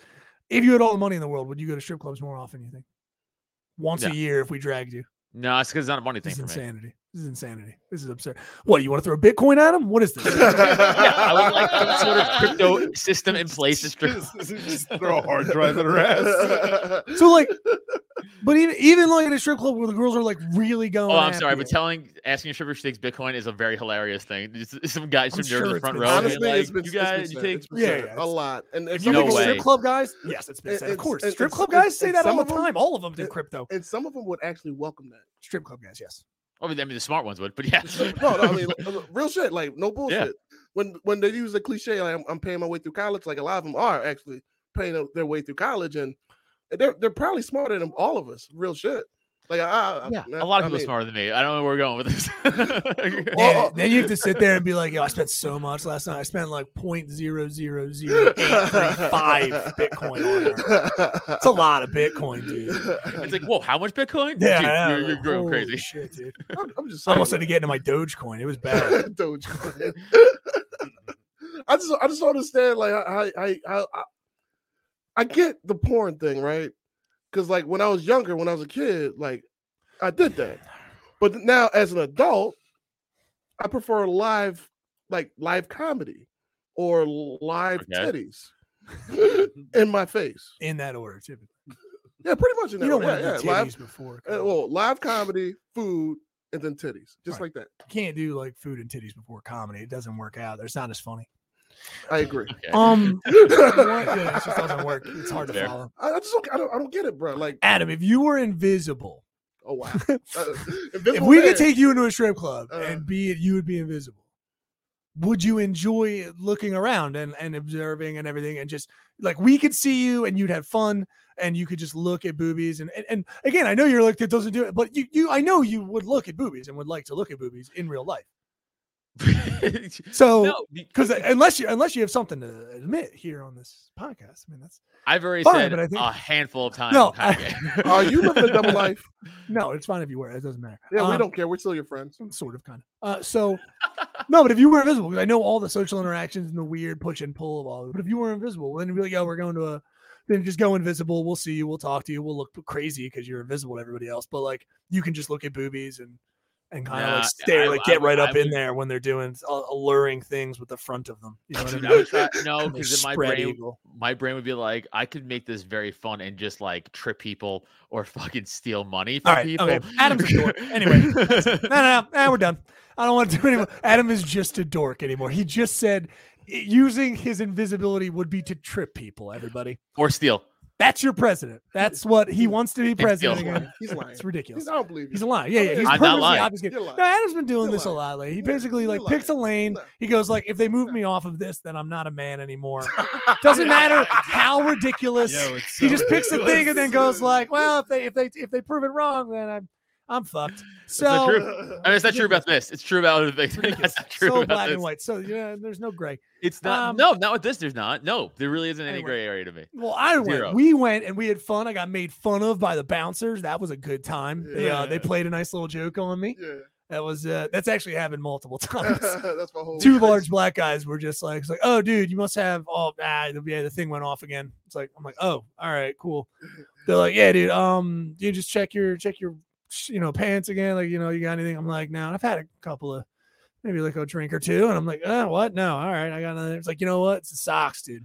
If you had all the money in the world, would you go to strip clubs more often? You think? Once No. a year, if we dragged you, no, it's because it's not a money thing this is for me. insanity. This is insanity. This is absurd. What you want to throw Bitcoin at him? What is this? Yeah, I would like some sort of crypto system in place to strip. Just throw a hard drive at her ass. so like, but even even like at a strip club where the girls are like really going. Oh, I'm after sorry, but you. telling asking a stripper if she thinks Bitcoin is a very hilarious thing. Just- Some guy, some sure nerd in the it's front been row, said. being Honestly, like, it's been, you it's been guys, you said. think It's been Yeah, said yeah, a it's- lot. And If if you No think of strip way. club guys, yes, it's been And- said. Of and- course, and- strip and- club and- guys say and that all some the of 'em- time. All of them do and- crypto. and some of them would actually welcome that. Strip club guys, yes. I mean, I mean, the smart ones would, but yeah. no, no, I mean uh, real shit, like no bullshit. When when they use the cliche, like I'm, I'm paying my way through college, like a lot of them are actually paying their- their way through college, and they're they're probably smarter than all of us. Real shit. Like I, I yeah, I- a lot of I people mean, smarter than me. I don't know where we're going with this. Well, Yeah, uh, then you have to sit there and be like, "Yo, I spent so much last night. I spent like point zero zero zero eight three five Bitcoin on her. It's a lot of Bitcoin, dude." it's like, whoa, how much Bitcoin? Yeah, Dude, I know, you're, you're like, going holy crazy. Shit, dude. I'm, I'm just I almost had saying, to get into my Dogecoin. It was bad. Dogecoin. I just I just don't understand like I I I I, I get the porn thing right because like when I was younger when I was a kid like I did that but now as an adult I prefer live like live comedy or live Okay. titties in my face In that order, typically. yeah pretty much in You that don't order. want yeah, to do yeah, live titties before. uh, college. well live comedy food and then titties just Right. like that you can't do like food and titties before comedy. It doesn't work out. It's not as funny. I agree. Okay. Um, what? Yeah, it just doesn't work. It's hard to Fair. follow. I, I just don't, I don't I don't get it, bro. Like, Adam, if you were invisible, oh wow. Uh, if Invisible we Man. could take you into a strip club Uh. and be you would be invisible, would you enjoy looking around and, and observing and everything and just like we could see you and you'd have fun and you could just look at boobies and and, and again I know you're like that doesn't do it but you you I know you would look at boobies and would like to look at boobies in real life Oh. so. no, be- Because unless you unless you have something to admit here on this podcast, I mean that's I've already fine, said but I think- a handful of times. No, I'm kinda gay. Are Uh, you living a double life? no, it's fine if you were. It doesn't matter. Yeah, we Um, don't care. We're still your friends. sort of kind of. Uh, so no, but if you were invisible, 'cause I know all the social interactions and the weird push and pull of all of it. But if you were invisible, then you'd be like, oh, we're going to a then just go invisible. We'll see you. We'll talk to you. We'll look crazy because you're invisible to everybody else. But like you can just look at boobies and and kind of Nah, like stare, I- like I get would- right I up in would- there when they're doing uh, alluring things with the front of them. You know what I Dude, mean? I would try- no, Kinda because my spread brain, eagle. my brain would be like, I could make this very fun and just like trip people or fucking steal money from All right, people. okay. Adam's a dork. Anyway, no, no, no, no, we're done. I don't want to do anymore. Adam is just a dork anymore. He just said i- using his invisibility would be to trip people. Everybody, or steal. that's your president. That's what he wants to be Thanks, Bill. president again. He's lying. It's ridiculous. He's- I don't believe you. He's a liar. Yeah, yeah. He's I'm not purposely lying. obfuscating- You're lying. No, Adam's been doing You're this a lying. lot lately. He You're lying. basically You're like picks a lying. lane. You're lying. He goes like, if they move me off of this, then I'm not a man anymore. Doesn't matter how ridiculous. Yo, it's he so just picks the thing and then goes ridiculous. like, well, if they if they if they prove it wrong, then I'm I'm fucked. It's not So true. I mean, it's not true about this. It's true about other things. That's not true so about black this. and white. So yeah, there's no gray. It's not. Um, no, not with this. There's not. No, there really isn't any anyway. gray area to me. Well, I went. Zero. We went and we had fun. I got made fun of by the bouncers. That was a good time. They uh, they Yeah. played a nice little joke on me. Yeah. That was uh, that's actually happened multiple times. That's my whole Two large black guys were just like, it's like, oh, dude, you must have. Oh, ah, the- yeah, the thing went off again. It's like, I'm like, oh, all right, cool. They're like, yeah, dude. Um, you just check your check your, sh- you know, pants again. Like, you know, you got anything? I'm like, no, I've had a couple of, maybe like a drink or two, and I'm like, uh, what? No, all right, I got another. It's like, you know what? It's the socks, dude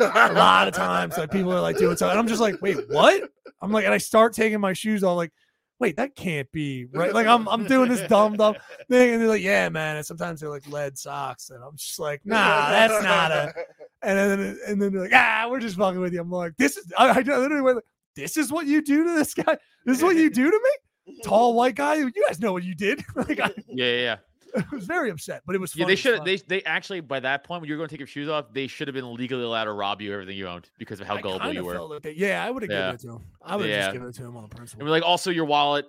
a lot of times like people are like doing something. I'm just like, wait, what? I'm like, and I start taking my shoes off, like, wait, that can't be right. Like I'm I'm doing this dumb dumb thing. And they're like, yeah, man. And sometimes they're like lead socks. And I'm just like, nah, that's not a and then and then they're like, ah, we're just fucking with you. I'm like, this is I, I literally went like, this is what you do to this guy. This is what you do to me? Tall white guy. You guys know what you did. like I, Yeah, yeah, yeah. I was very upset, but it was funny. yeah they as should. fuck. They they actually by that point when you were going to take your shoes off, they should have been legally allowed to rob you of everything you owned because of how I gullible kinda you were. felt like that. yeah, I would have Yeah. given it to him. I would have Yeah. just given it to him on the principle. And we're like, also your wallet,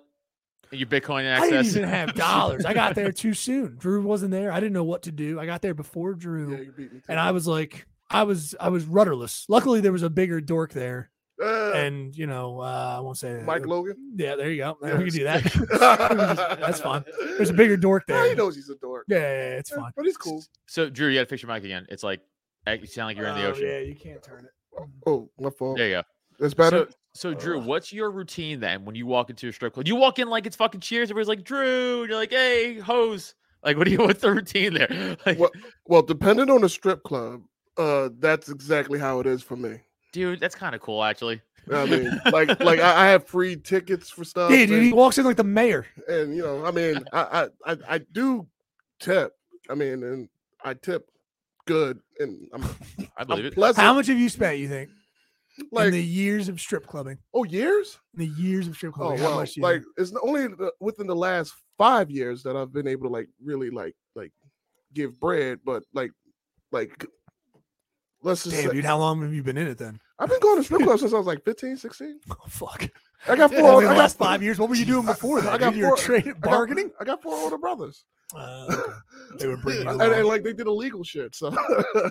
and your Bitcoin I didn't access. even have dollars. I got there too soon. Drew wasn't there. I didn't know what to do. I got there before Drew, Yeah, you beat me. to and it. I was like, I was I was rudderless. Luckily, there was a bigger dork there, Uh, and you know uh, I won't say that. Mike Logan. Yeah, there you go. We can do that. That's fine. There's a bigger dork there. He knows he's a dork. Yeah, yeah, yeah, it's Yeah, fine. But he's cool. So Drew, you got to fix your mic again. It's like eh, you sound like you're in the Oh, ocean. Yeah, you can't turn it. Oh, my fault. There you go. That's better. So, so Drew, what's your routine then when you walk into a strip club? You walk in like it's fucking Cheers. Everybody's like Drew, and you're like, hey, hose. Like, what do you? What's the routine there? Like, Well- well, depending on the strip club, uh, that's exactly how it is for me. dude, that's kind of cool actually. I mean, like, like I, I have free tickets for stuff. yeah, dude, and- he walks in like the mayor. and you know, I mean, I I I, I do tip. I mean, and I tip good, and I'm, I believe I'm it. pleasant. How much have you spent? You think in like, the years of strip clubbing? oh, years? In the years of strip Oh, clubbing? how wow! much? do you Like, think? it's the- only the- within the last five years that I've been able to like really like like give bread, but like like let's just damn, say, dude, how long have you been in it then? I've been going to strip clubs since I was like 15, 16. Oh, fuck. I got four. Over I the got last four- five years, what were you doing before that? I got dude? you were four- trading I got- bargaining. I got four older brothers. Uh, they would bring you and, along. and, like they did illegal shit. So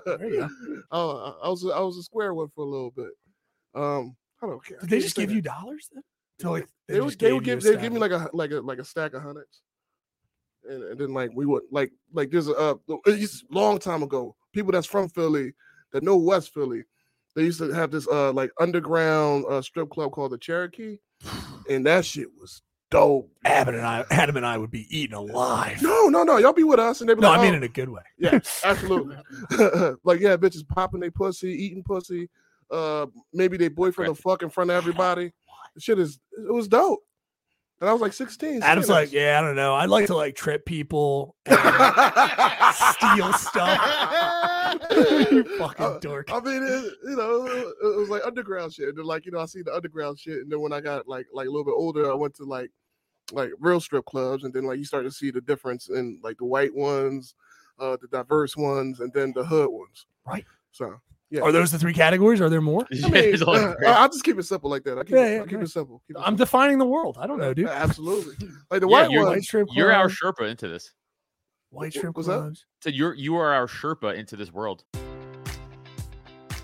There you Oh, I I was a- I was a square one for a little bit. Um, I don't care. I Did they can't just say give that. you dollars then? So like They, would just they would gave you give a they give me stack. like a like a like a stack of hundreds, and, and then like we would like like there's a uh, it used- long time ago people that's from Philly that know West Philly, they used to have this uh like underground uh, strip club called the Cherokee, and that shit was dope. Adam and I, Adam and I would be eaten alive. No, No, no, no. Y'all be with us, and they be like, I mean "Oh, in a good way. Yeah, absolutely. like, yeah, bitches popping their pussy, eating pussy. Uh, maybe their boyfriend will fuck in front of everybody. Shit is it was dope. And I was like 16. Adam's 16. like, yeah, I don't know. I'd like to like trip people, and steal stuff. you fucking I- dork. I mean, it, you know, it, it was like underground shit. And then, like, you know, I see the underground shit. And then when I got like like a little bit older, I went to like like real strip clubs, and then like you start to see the difference in like the white ones, uh, the diverse ones, and then the hood ones. Right. So yeah. Are those the three categories? Are there more? I mean, It's all uh, great. I- I'll just keep it simple like that. I keep, Yeah, it, yeah, I keep it simple. Keep it I'm simple. defining the world. I don't know, dude. Yeah, Absolutely. Like the Yeah, white you're- ones. White strip You're our club, Sherpa into this. white strip What's that? clubs. So you're you are our Sherpa into this world.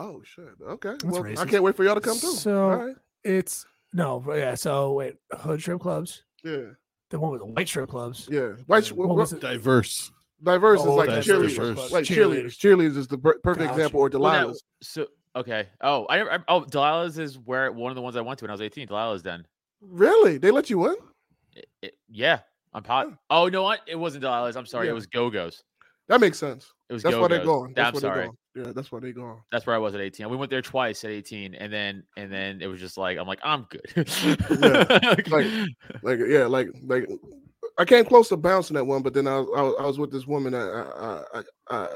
Oh shit. Okay. Well, I racist. can't wait for y'all to come through. So- All right. It's no, but yeah. So wait, hood strip clubs. Yeah. The one with the white strip clubs. Yeah. White sh- What was it? Diverse. diverse Oh, is like that's cheerleaders. diverse. Like Cheerleaders. cheerleaders. Cheerleaders is the per- perfect Gotcha. example or Well, Delilah's. no, so okay. Oh, I, never- I oh Delilah's is where one of the ones I went to when I was 18. Delilah's Den. Really? They let you in? It- it- yeah, I'm hot. Oh no, what? It wasn't Delilah's. I'm sorry. Yeah. It was Go Go's. That makes sense. It was That's why they're Go-Go's. gone. That's I'm why sorry. they're gone. Yeah, that's why they're gone. That's where I was at 18. We went there twice at 18, and then and then it was just like I'm like I'm good. like, Like yeah, like like I came close to bouncing at one, but then I was I was, I was with this woman that I I, I I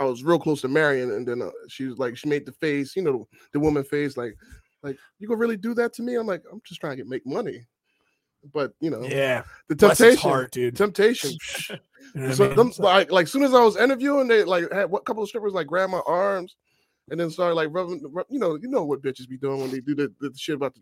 I was real close to marrying, and then uh, she was like she made the face, you know, the woman face like like you gonna really do that to me? I'm like I'm just trying to make money, but you know Yeah, the bless his temptation, heart, dude. temptation. You know what I So mean? them- It's like- like, like soon as I was interviewing, they like had what couple of strippers like grab my arms and then started like rubbing, rub- you know, you know what bitches be doing when they do the, the shit about the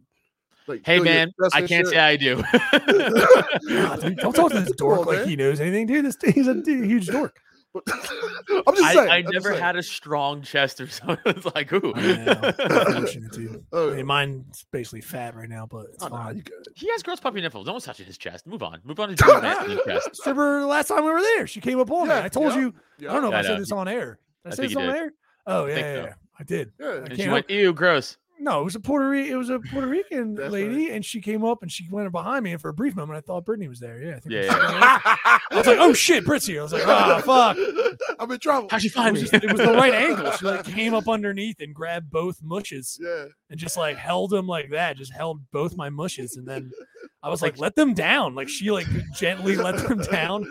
like. hey feel your man, chest I and can't shit. say I do. God, dude, don't talk to this dork on, like man. he knows anything, dude. This he's a d- huge dork. But- I'm just I, saying. I I'm just never saying. had a strong chest or something. It's like ooh. I know. Unfortunate, dude. I Oh, mean, mine's basically fat right now, but it's oh, nah, fine. you good. He has gross puppy nipples. No one's touching his chest. Move on. Move on to Drew Manson's chest. stripper last time we were there. She came up on me. Yeah, I told yeah, you. I Yeah. don't know if Yeah, I I said know. this on air. Did I, I say think this you on did. air? Oh yeah, think yeah, so. yeah. I did. Yeah. And she can't went, ew, gross. No, it was a Puerto Rican. It was a Puerto Rican That's lady, and she came up and she went behind me. And for a brief moment, I thought Brittany was there. Yeah, I think. Yeah, it yeah. was- I was like, oh shit, Britt's here. I was like, "Ah, oh fuck. I'm in trouble. How'd you It find was, me? just, it was the right angle. She like came up underneath and grabbed both mushes Yeah. and just like held them like that. Just held both my mushes, and then I was like, let them down. Like she like gently let them down,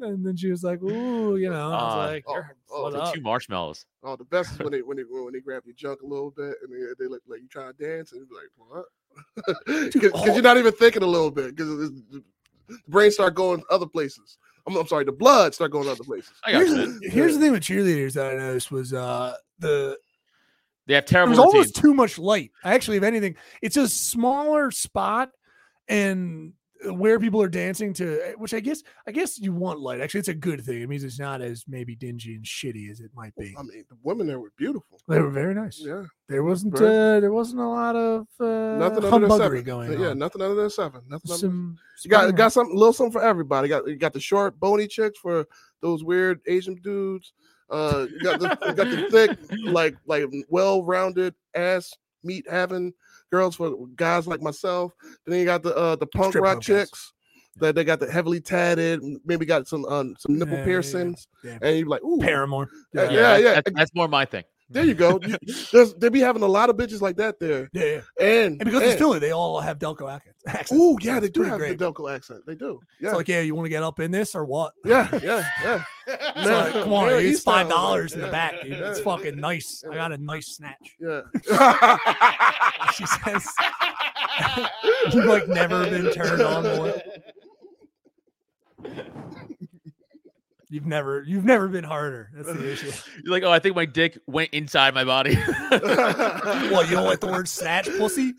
and then she was like, ooh, you know. and I was Uh, like, oh, oh, what The up? two marshmallows. Oh, the best is when they when they when they grab your junk a little bit and they, they look like you try to dance and you're like what? Because oh. you're not even thinking a little bit because the brain start going other places. I'm, I'm sorry, the blood start going other places. I got Here's, you. the- here's the thing with cheerleaders that I noticed was uh the They have There's terrible routines. almost too much light. Actually, if anything, it's a smaller spot and where people are dancing to, eh, which I guess I guess you want light. Actually, it's a good thing. It means it's not as maybe dingy and shitty as it might be. I mean, the women there were beautiful. They were very nice. um, Yeah, There wasn't Right. uh, there wasn't a lot of uh, nothing other than humbuggery seven. going yeah, on. nothing other than seven. Nothing. Other than, Some you got spring- got something, little something for everybody. Got you got the short bony chicks for those weird Asian dudes. Uh, you got the, you got the thick, like like well-rounded ass meat having girls for guys like myself. Then you got the uh the punk Strip rock club guys. chicks that they got the heavily tatted, maybe got some um, some nipple Yeah, yeah, yeah. piercings, Yeah. and you're like, ooh, Paramore. Yeah, yeah, yeah. That's, that's more my thing. there you go. You, there's, they be having a lot of bitches like that there, Yeah, yeah. and And because it's and- Philly, they all have Delco accents. accents. Ooh, yeah, they It's do pretty have great. the Delco accent. They do. Yeah, It's like, yeah, you want to get up in this or what? yeah, yeah, yeah. It's Yeah. like, come on, Yeah, dude, he it's five sounds like- dollars in yeah, the back, dude. It's yeah, fucking nice. I yeah. got a nice snatch. Yeah. She says, "You've like never been turned on more. You've never, you've never been harder. That's the issue. You're like, oh, I think my dick went inside my body. Well, you don't like the word snatch, pussy.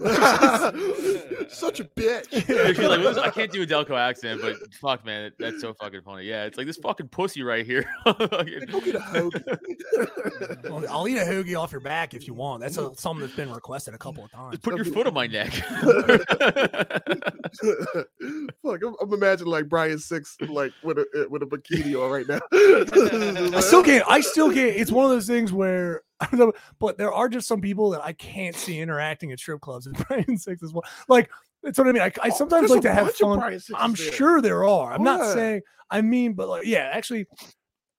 Such a bitch. If you're like, "Well, I can't do a Delco accent, but fuck, man, that- that's so fucking funny. Yeah, it's like this fucking pussy right here. Go get a hoagie. Well, I'll eat a hoagie off your back if you want. That's a, something that's been requested a couple of times. Just put your foot on my neck. Fuck, I'm, I'm imagining like Brian Six like with a eh, with a bikini on right now. I still can't. I still can't. It's one of those things where I don't know, but there are just some people that I can't see interacting at strip clubs. And Brian Six is one. Like that's what I mean. I, I sometimes Oh, There's like a to have bunch of fun. Brian Sixes I'm there. sure there are. I'm Yeah. not saying. I mean, but like, yeah, actually,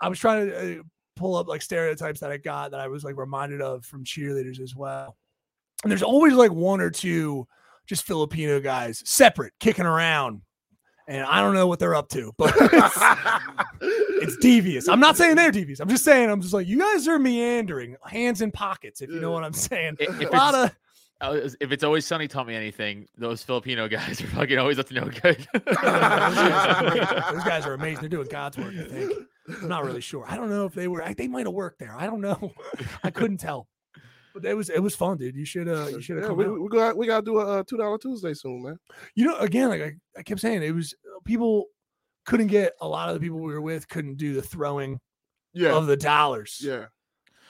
I was trying to uh, pull up like stereotypes that I got that I was like reminded of from cheerleaders as well. And there's always like one or two just Filipino guys separate kicking around, and I don't know what they're up to, but. it's- it's devious. I'm not saying they're devious. I'm just saying I'm just like you guys are meandering, hands in pockets, if you know what I'm saying. I- if, A it's, lot of I was- if it's always sunny, taught me anything. Those Filipino guys are fucking always up to no good. those guys are amazing. They're doing God's work. I think. I'm not really sure. I don't know if they were. I, they might have worked there. I don't know. I couldn't tell. But it was it was fun, dude. You should uh you should have Yeah, come we, out. we got we gotta do a uh, two dollar Tuesday soon, man. you know, again, like I, I kept saying, it was uh, people couldn't get a lot of the people we were with couldn't do the throwing Yeah, of the dollars. yeah.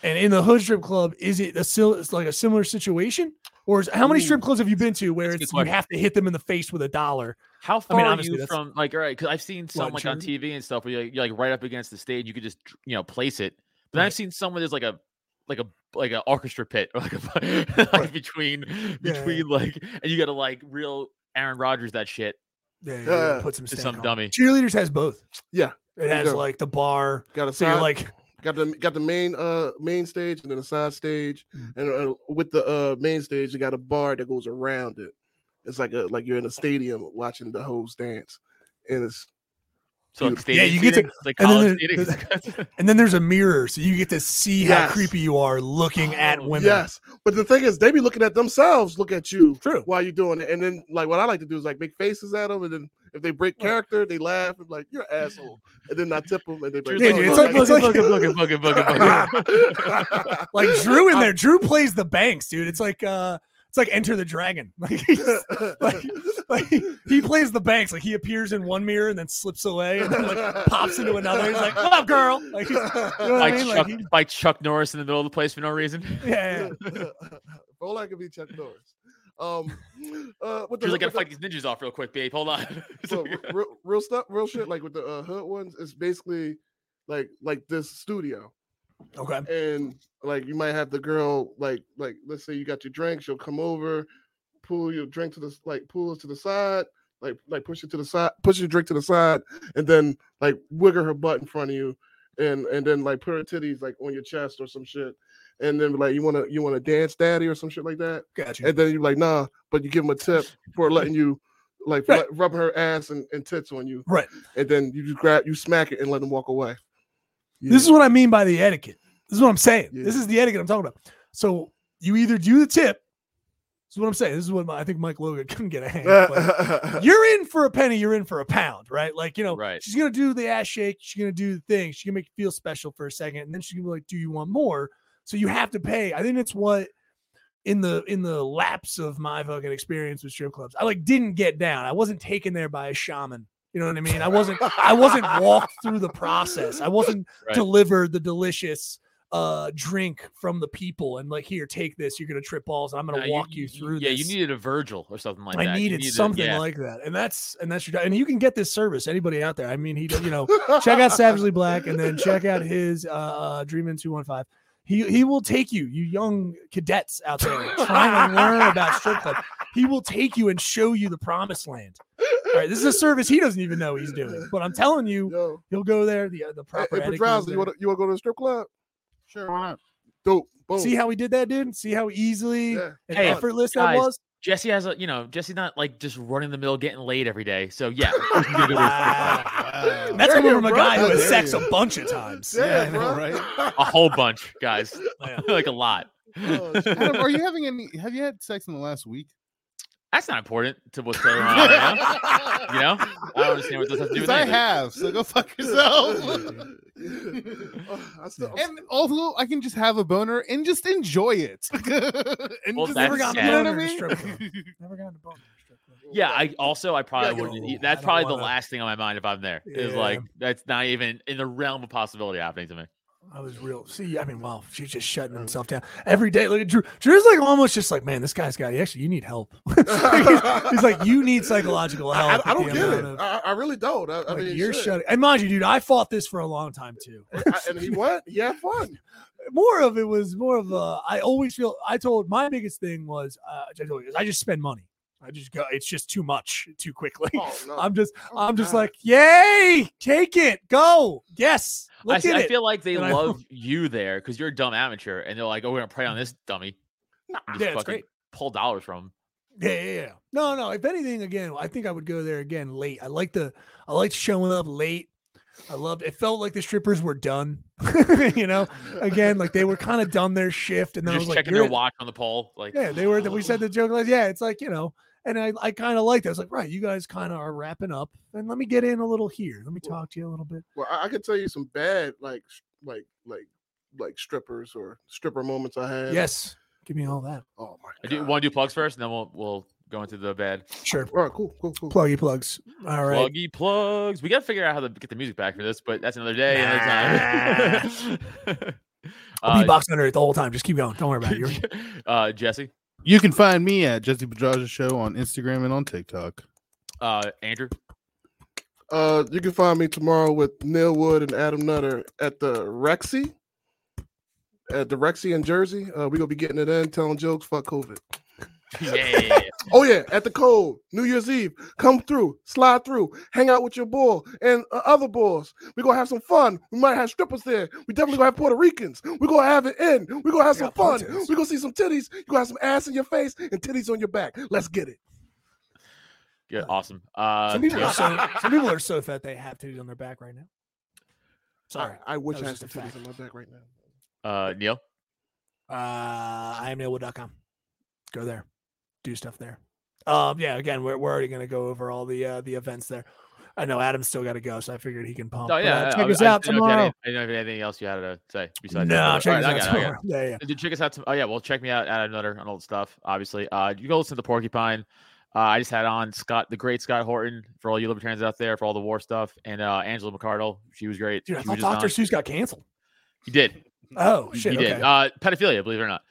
And in the hood strip club, is it a sil- it's like a similar situation? Or is, how many strip clubs have you been to where That's a good it's you question. have to hit them in the face with a dollar? How I far mean, are obviously you that's- from like all right? Because I've seen some in like on charity? TV and stuff where you're, like- you're like right up against the stage, you could just you know place it. But Right. I've seen some where there's like a like a like an orchestra pit or like a like between yeah. between like and you got to like real Aaron Rodgers that shit Yeah, Yeah. put some to stank some on it. dummy. Cheerleaders has both. Uh, Yeah, it you has go. Uh, like the bar. Got a So you're side- like, got the got the main uh main stage and then a side stage Mm. and uh, with the uh main stage you got a bar that goes around it it's like a like you're in a stadium watching the hoes dance and it's So like Dude. stadium you get to- seating, like and then college there- stadium. and then there's a mirror, so you get to see Yes. how creepy you are looking at Oh, women. yes but the thing is they be looking at themselves look at you True. while you're doing it and then like what i like to do is like make faces at them and then if they break character they laugh and like you're an asshole and then i tip them and they break Yeah, dude, it's like- it's like- Booga, booga, booga, booga, booga. Like Drew in there, Drew plays the banks, dude. It's like uh it's like Enter the Dragon. Like, he's- like, like he plays the banks. Like he appears in one mirror and then slips away and then like pops into another. He's like, "What up, girl?" Like, he's- you know what I By mean? Chuck, Like, he- by Chuck Norris in the middle of the place for no reason. yeah, yeah. all i could be chuck norris um uh what the She's like, gotta what the- fight these ninjas off real quick, babe. Hold on. It's Well, like- re- real, real stuff, real shit. Like with the uh, hood ones, it's basically like like this studio. Okay. and like you might have the girl like like let's say you got your drink she'll come over pull your drink to the s- like pull it to the side like like push it to the side push your drink to the side and then like wiggle her butt in front of you and and then like put her titties like on your chest or some shit and then be like you want to you want to dance daddy or some shit like that Gotcha. and then you're like nah but you give them a tip for letting you like for Right. let- rubbing her ass and, and tits on you Right. and then you just grab you smack it and let them walk away This is what I mean by the etiquette. This is what I'm saying. This Yeah. is the etiquette I'm talking about. So you either do the tip. This is what I'm saying. This is what my, I think Mike Logan couldn't get a hand. but Yeah. you're in for a penny. You're in for a pound, right? Like you know, Right. she's gonna do the ass shake. She's gonna do the thing. She's gonna make you feel special for a second, and then she's gonna be like, "Do you want more?" So you have to pay. I think that's what in the in the lapse of my fucking experience with strip clubs, I like didn't get down. I wasn't taken there by a shaman. You know what I mean? I wasn't. I wasn't walked through the process. I wasn't Right. delivered the delicious uh drink from the people and like here take this you're gonna trip balls and i'm gonna No, walk you, through Yeah, this. you needed a Virgil or something like that. I You needed something yeah. like that, and that's and that's your and you can get this service. Anybody out there? I mean, he you know check out Savagely Black and then check out his uh Dreamin two one five. He he will take you, you young cadets out there trying to learn about strip club. He will take you and show you the promised land. All right, this is a service he doesn't even know he's doing, but I'm telling you, Yo, he'll go there. The the hey, proper etiquette is Pedraza, you there. want to you want to go to the strip club? Sure, why not? Dope. Boom. see how he did that, dude. See how easily Yeah. and Hey, effortless guys, that was. Jesse has a, you know, Jesse's not like just running the mill, getting laid every day. So yeah, Wow. Wow. That's There coming you from a go, guy who bro. has There sex you a bunch of times. Yeah, Yeah, I know, bro. a whole bunch, guys, Yeah. like a lot. Oh, shit. Adam, are you having any? Have you had sex in the last week? That's not important to what's going on. Right now. You know, I don't understand what this has to do with Because I anything. have, so go fuck yourself. Oh, I still, and also, I can just have a boner and just enjoy it. and Well, just that's never got sad. you know what Boner I in a mean? strip club. Never gotten a boner. Yeah, I also I probably yo, wouldn't. I eat- That's don't probably the wanna- last thing on my mind if I'm there. Is Yeah. like that's not even in the realm of possibility happening to me. I was real. See, I mean, wow, she's just shutting himself down every day. Look at Drew. Drew's like almost just like, man, this guy's got. Actually, you need help. he's, he's like, you need psychological help. I, I with don't the get it. amount of- I, I really don't. I, I like, mean, you're shit. shutting. And mind you, dude, I fought this for a long time too. I- and he what? He had fun. More of it was more of a. I always feel. I told my biggest thing was, uh, I told you, I just spend money. I just go. It's just too much too quickly. Oh, no. I'm just. Oh, I'm just God. like, yay! Take it. Go. Yes. I, Look see- at I it. feel like they And I- love you there because you're a dumb amateur, and they're like, "Oh, we're gonna prey on this dummy." and just yeah, it's fucking great. Pull dollars from 'em. Yeah, yeah, yeah. No, no. If anything, again, I think I would go there again late. I like the, I liked showing up late. I loved. It felt like the strippers were done. you know, again, like they were kind of done their shift, and then I was just like, checking "You're- their watch on the pole. Like, yeah, they were. We said the joke like, yeah, it's like you know. And I, I kind of liked it. I was like, right, you guys kind of are wrapping up, and let me get in a little here. Let me talk to you a little bit. Well, I, I could tell you some bad like s- like like like strippers or stripper moments I had. Yes, give me all that. Oh my I god. do want to do plugs first, and then we'll we'll go into the bed. Sure, All right, cool, cool, cool. pluggy plugs. All right. Pluggy plugs. We got to figure out how to get the music back for this, but that's another day, another time. I'll be Uh, boxing under it the whole time. Just keep going. Don't worry about it. You're- uh, Jesse, You can find me at Jesse Pedraza Show on Instagram and on TikTok. uh, Andrew, Uh, you can find me tomorrow with Neil Wood and Adam Nutter at the Rexy. At the Rexy in Jersey. Uh, we gonna be getting it in, telling jokes, fuck COVID. yeah, Oh yeah, at the Cove, New Year's Eve. Come through, slide through, hang out with your boy and uh, other boys. We're gonna have some fun. We might have strippers there. We definitely gonna have Puerto Ricans. We're gonna have it in. We're gonna have They some got fun. parties. We're gonna see some titties. You're gonna have some ass in your face and titties on your back. Let's get it. good, awesome. Uh, Some people Joe- are so some people are so fat they have titties on their back right now. Sorry. I, I wish that I had was some just a titties fact. on my back right now. uh, Neil, Uh I am nailwood.com. Go there. Do stuff there. Um yeah, again, we're, we're already gonna go over all the uh the events there. I know Adam's still gotta go, so I figured he can pump. oh but, yeah, uh, yeah, check I- us I out didn't know if you had tomorrow. any- I didn't know if you had anything else you had to say besides that. No, but- check all us right, out I got it, I got it. tomorrow. Yeah, yeah. Uh, dude, check us out. Some, oh yeah, well, check me out at another on old stuff. Obviously, uh, you go listen to Porcupine. Uh, I just had on Scott, the great Scott Horton, for all you libertarians out there, for all the war stuff, and uh, Angela McCardle. She was great. Dude, I she thought was just on. Dr. Seuss got canceled. He did. Oh He shit. did. okay. Uh, pedophilia, believe it or not.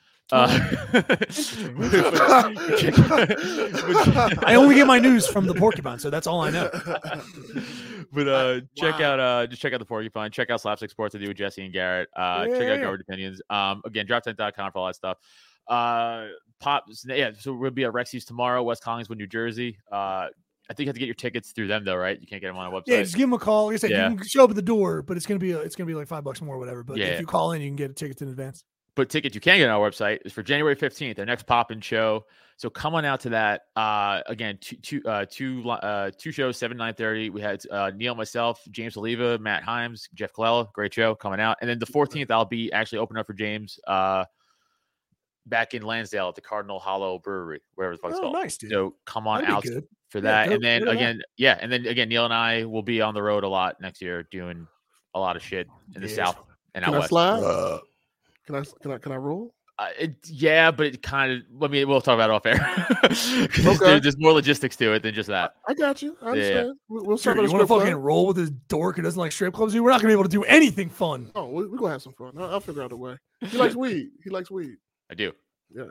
Uh, I only get my news from the porcupine, so that's all I know. but uh, check out uh, just check out the porcupine. Check out slapstick sports I do with Jesse and Garrett. Uh, check out Yeah. Garbage Opinions. Um, again, droptent.com for all that stuff. Uh, pop, yeah. So we'll be at Rexy's tomorrow, West Collingswood, New Jersey. Uh, I think you have to get your tickets through them though, right? You can't get them on a website. Yeah, just give them a call. Like I said, Yeah. you can show up at the door, but it's gonna be it's gonna be like five bucks more, or whatever. But Yeah. if you call in, you can get tickets in advance. but tickets you can get on our website is for January 15th, our next pop in show. So come on out to that. Uh, again, two, two, uh, two, li- uh, two shows, 7, 9.30. We had uh, Neil, myself, James Oliva, Matt Himes, Jeff Colella. Great show coming out. And then the 14th, I'll be actually opening up for James uh, back in Lansdale at the Cardinal Hollow Brewery, wherever the fuck it's Oh, called. nice, dude. So come on That'd be out good. for Yeah, that. go- and then go to that. again, yeah, and then again, Neil and I will be on the road a lot next year doing a lot of shit in the Yeah. South and out Can I west. slide? Uh, Can I can I can I roll? Uh, it, yeah, but it kind of. I mean, we'll talk about it off air. 'Cause there's- Okay. there's more logistics to it than just that. I got you. I Yeah, yeah. understand. We- We'll Sure, start you with want a to fucking roll with this dork who doesn't like strip clubs? Dude, we're not gonna be able to do anything fun. Oh, we're we gonna have some fun. I'll, I'll figure out a way. He likes weed. He likes weed. I do. Yeah.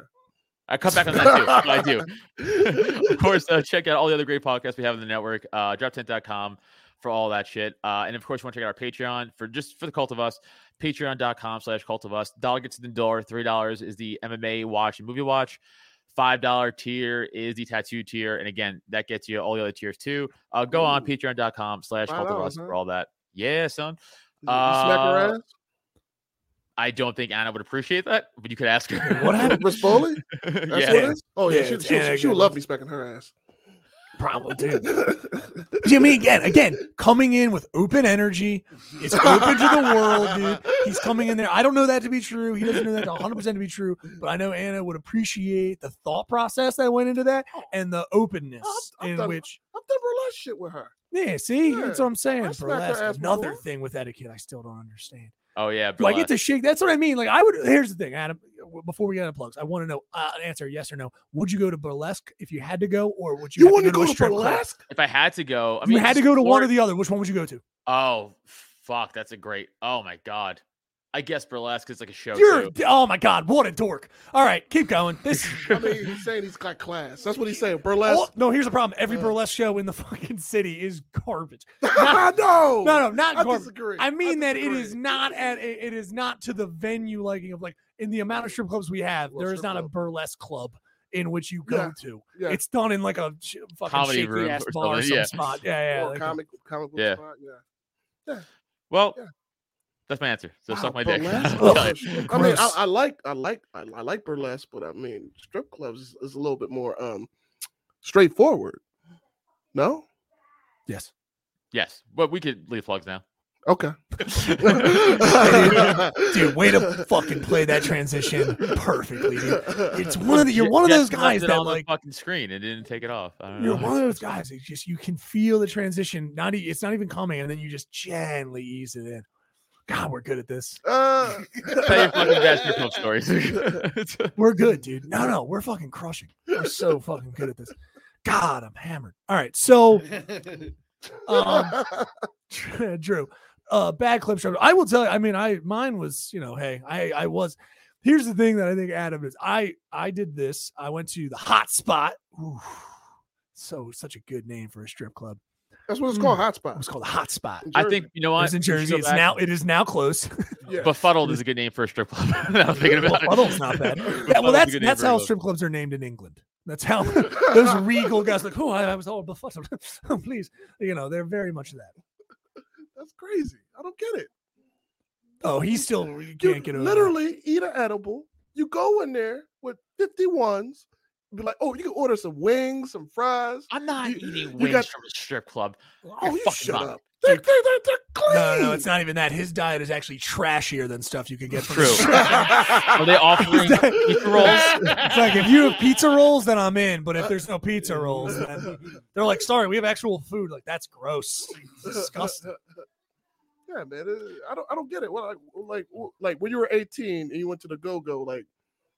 I cut back on that too. but I do. of course, uh, check out all the other great podcasts we have in the network, uh, droptent.com for all that shit. Uh, and of course, you want to check out our Patreon for just for the cult of us, patreon.com slash cult of us. Dollar gets the dollar. $3 is the MMA watch and movie watch. $5 tier is the tattoo tier. And again, that gets you all the other tiers too. Uh, go on Ooh. patreon.com slash cult of $5, us huh? for all that. Yeah, son. You smack her Uh, ass? I don't think Anna would appreciate that, but you could ask her. What happened? Rispoli? That's yeah. what it is? Oh yeah, Yeah, she, it's she, she, she would Anakin. love me smacking her ass. Probably dude. Jimmy again, again, coming in with open energy. It's open to the world, dude. He's coming in there. I don't know that to be true. He doesn't know that to 100 percent to be true, but I know Anna would appreciate the thought process that went into that and the openness I've in done- which. I've done real life shit with her. Yeah, see, that's Yeah, what I'm saying. I bro. smacked her That's ass another before. thing with etiquette I still don't understand. Oh, yeah. Do I Brilla. get to shake? That's what I mean. Like I would. Here's the thing, Adam. w- Before we get into plugs, I want to know uh, an answer: yes or no. Would you go to burlesque if you had to go, or would you? You have want to go a to strip club? burlesque? if I had to go, I If mean, you had to just go to one or explore- the other. Which one would you go to? Oh, fuck. That's a great. Oh, my God. I guess burlesque is like a show. You're. too. Oh my God! What a dork! All right, keep going. This. I mean, he's saying he's got class. That's what he's saying. Oh, Burlesque. no, here's the problem. Every Uh. burlesque show in the fucking city is garbage. no, No, no, not Oh, I garbage. disagree. I mean that it disagree. is not at it it is not to the venue liking of like in the amount of strip clubs we have. Well, there is strip not a club. burlesque club in which you go Yeah, to. yeah. It's done in like a sh- fucking Comedy shaky room ass or bar or something, some yeah. spot. Yeah, yeah. Or like a- comic, comic book Yeah. spot, yeah. Well, Yeah. that's my answer. So Wow, suck my dick. burlesque? I'll tell you. Oh, I mean, I, Gross. I like, I like, I, I like burlesque, but I mean, strip clubs is, is a little bit more um straightforward. No, yes. yes, but we could leave plugs now. okay. Dude, way to fucking play that transition perfectly, dude. It's one of the, you're Je- one of Jess those left guys it that on like the fucking screen and didn't take it off. I don't you're know. one of those guys. It's just you can feel the transition. Not e- it's not even coming, and then you just gently ease it in. God, we're good at this. Uh, Tell your fucking bad strip club stories. It's- We're good, dude. No, no, we're fucking crushing. We're so fucking good at this. God, I'm hammered. All right, so um, Drew, uh, bad clip show. I will tell you. I mean, I mine was you know, hey, I I was. Here's the thing that I think Adam is. I I did this. I went to the hot spot. Ooh, so such a good name for a strip club. That's what it's called, hmm, It hotspot. was called the hot spot. in I Jersey. think you know It what. was in We should Jersey. go It's back. now it is now closed. yeah. Befuddled is a good name for a strip club. now I'm thinking about it. Befuddled's not bad. Yeah, well, Befuddled's a that's good name that's for a how club. strip clubs are named in England. That's how those regal guys like, oh, I, I was all befuddled. Oh, Please, you know, they're very much that. That's crazy. I don't get it. Oh, he still re- You can't get over. it. literally eat an edible. You go in there with 51s, be like, oh, you can order some wings, some fries. I'm not You- you eating wings got- from a strip club. You're Oh, you fucking shut lying. up. They're, they're, they're, they're clean. No, no, no, it's not even that. His diet is actually trashier than stuff you can get from. the True. strip club. Are they offering pizza rolls? It's like if you have pizza rolls, then I'm in. But if there's no pizza rolls, then they're like, sorry, we have actual food. Like that's gross, disgusting. Yeah, man. it- I don't I don't get it. Well, like like w- like when you were 18 and you went to the go go, like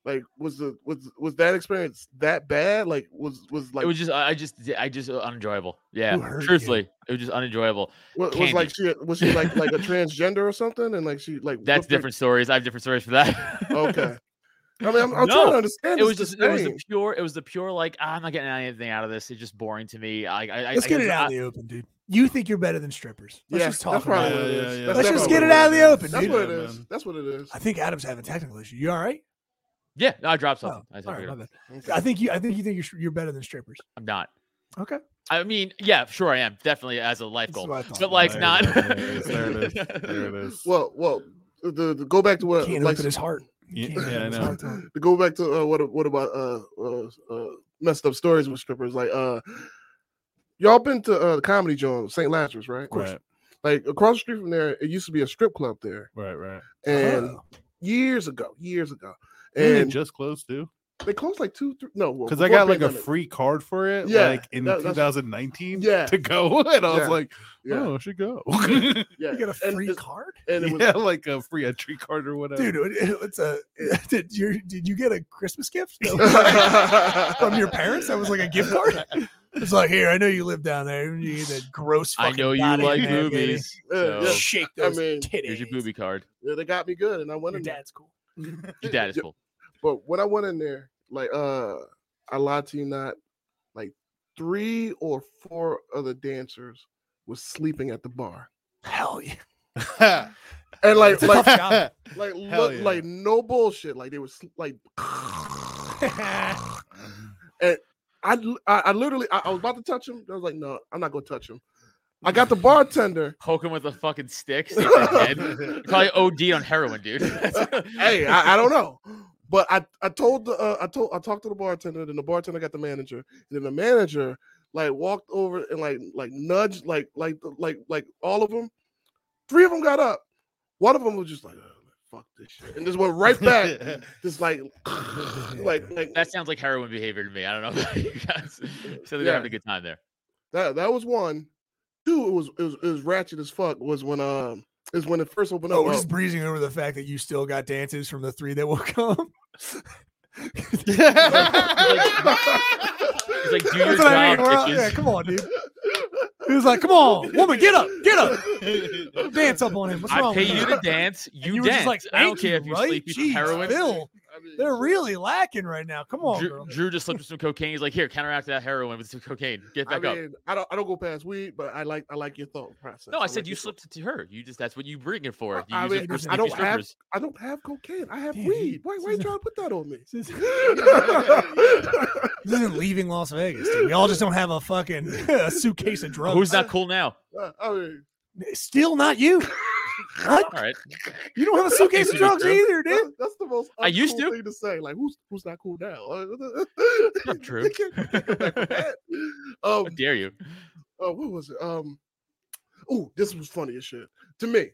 like was the was was that experience that bad? Like was was like it was just I I just I just uh, unenjoyable. Yeah, hurt you? truthfully, it was just unenjoyable. wa- was like she was she like like a transgender or something and like she like That's whooped her- different stories. I have different stories for that. Okay. I mean, I'm, I'm trying No, to understand. It was this just it was the disdain. pure it was the pure like "Ah, I'm not getting anything out of this. It's just boring to me. I, I I- Let's I get guess it out I- in the open, dude. You think you're better than strippers. Let's Yeah, just that's talk about it. probably what it Yeah, is. yeah, That's yeah. Let's just definitely get it what out of the open, That's dude. what it Yeah, is. man. That's what it is. I think Adam's having technical issue. You all right? Yeah, no, I dropped Oh, something. I all right, figured- my bad. I think you. I think you think you're you're better than strippers. I'm not. Okay. I mean, yeah, sure I am. Definitely as a life That's goal. what I thought. But like There not it is, there it is, there it is. Well, well, the, the, go back to what Can't like open his heart. Yeah, Can't yeah, I open his know. heart to him. to go back to uh, what what about uh, uh, uh messed up stories with strippers like uh y'all been to uh, the comedy joint St. Lazarus right? Right, Like across the street from there, it used to be a strip club there, right, right. and Oh. years ago, years ago, And it and just closed too. they closed like two, three, no, well, Because I before got like a pandemic. free card for it, Yeah, like in that- that's- 2019 yeah, to go, and I Yeah, was like, yeah, oh, I should go. yeah. You got a and free it's- card, and it was yeah, like a free entry card or whatever. dude. it- it's a. Did you did you get a Christmas gift from from your parents? That was like a gift card. It's like here. I know you live down there. You need that gross. I fucking know you body like in there, baby. movies. Yeah, So yeah. Shake I those mean, titties. here's your booby card. Yeah, they got me good, and I went Your in there. dad's cool. Your dad is Yeah, cool. But when I went in there, like uh, I lied to you not, like three or four other dancers was sleeping at the bar, Hell yeah. and like It's a tough like job. like Hell look, like no bullshit, like they were sl- like and I, l- I I literally I, I was about to touch him. I was like, no, I'm not gonna touch him. I got the bartender. Poke him with a fucking stick. stick to his head. You Probably OD on heroin, dude. hey, I, I don't know. But I, I told the uh, I told I talked to the bartender, then the bartender got the manager, and then the manager like walked over and like like nudged like like like like all of them. Three of them got up. One of them was just like, "Ugh, fuck this shit, and just went right back, just like like like that sounds like heroin behavior to me. I don't know. about you guys. So they're Yeah. having a good time there. that. That was one. Two, it was it was, it was ratchet as fuck. Was when um is when it first opened up. No, Oh, we're well, just breezing over the fact that you still got dances from the three that will come. He's like, do your That's what I job, mean. We're out- yeah, bitches. come on, dude. He was like, "Come on, woman, get up, get up, dance up on him." What's I wrong? pay with you you to dance. You, you were dance. just like, I don't "Thank care you, if you right? sleep from Jeez, Oh. heroin. Bill, I mean, they're really lacking right now. Come on, Drew, girl. Drew just slipped with some cocaine. He's like, here, counteract that heroin with some cocaine. Get I back up. mean, I don't I don't go past weed, but I like I like your thought process. No, I like said you your thought- slipped it to her. You just that's what you bring it for. You I use mean, it for I sneaky don't have- strippers. I don't have cocaine. I have Damn, weed. he- Why, why you trying to put that on me? This is- this isn't leaving Las Vegas. Dude. We all just don't have a fucking a suitcase of drugs. Who's not cool now? Uh, I mean, Still not you. What? All right. You don't have a suitcase of you, drugs Drew. either, dude. that- that's the most I used uncool to. thing to say. Like, who's who's not cool now? not true. They can't- they can't go back from that. How um, dare you? uh, what was it? Um, oh, this was funny as shit to me.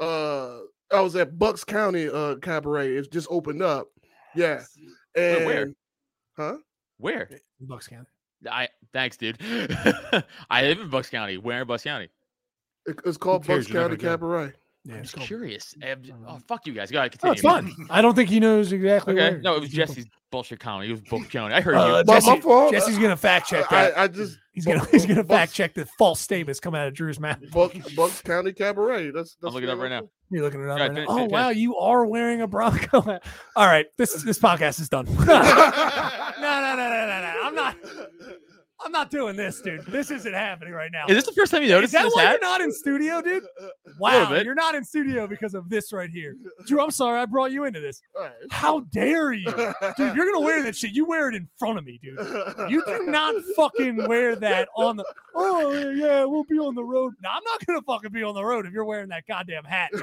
Uh, I was at Bucks County uh cabaret. It just opened up. Yeah, Wait, and where? Huh? Where? Bucks County. I thanks, dude. I live in Bucks County. Where in Bucks County? It, it's called cares? Bucks You're not County gonna Cabaret. Yeah, I'm it's just called- curious. I'm j- don't know. oh, fuck you guys. Go ahead, Oh, continue. it's fun. I don't think he knows exactly. Okay. where. No, it was Jesse's bullshit comedy. It was Bucks County. I heard Uh, you. My- my Jesse- fault. Jesse's gonna fact check I, that. I just he's Bu- gonna he's Bu- gonna Bucks- fact check the false statements coming out of Drew's mouth. Bucks, Bucks County Cabaret. That's, that's looking it up what right I- now. You're looking it up. Yeah, right now. finish, oh finish, wow, you are wearing a Bronco. hat. All right, this this podcast is done. no, no, no, no, no, no. I'm not. I'm not doing this, dude. This isn't happening right now. Is this the first time you Is noticed that this why hat? you're not in studio, dude? Uh, little Wow, bit. you're not in studio because of this right here, Drew. I'm sorry, I brought you into this. Alright. How dare you, uh, dude? You're gonna wear that shit. You wear it in front of me, dude. You do not fucking wear that on the. Oh yeah, yeah, we'll be on the road. No, I'm not gonna fucking be on the road if you're wearing that goddamn hat. dude.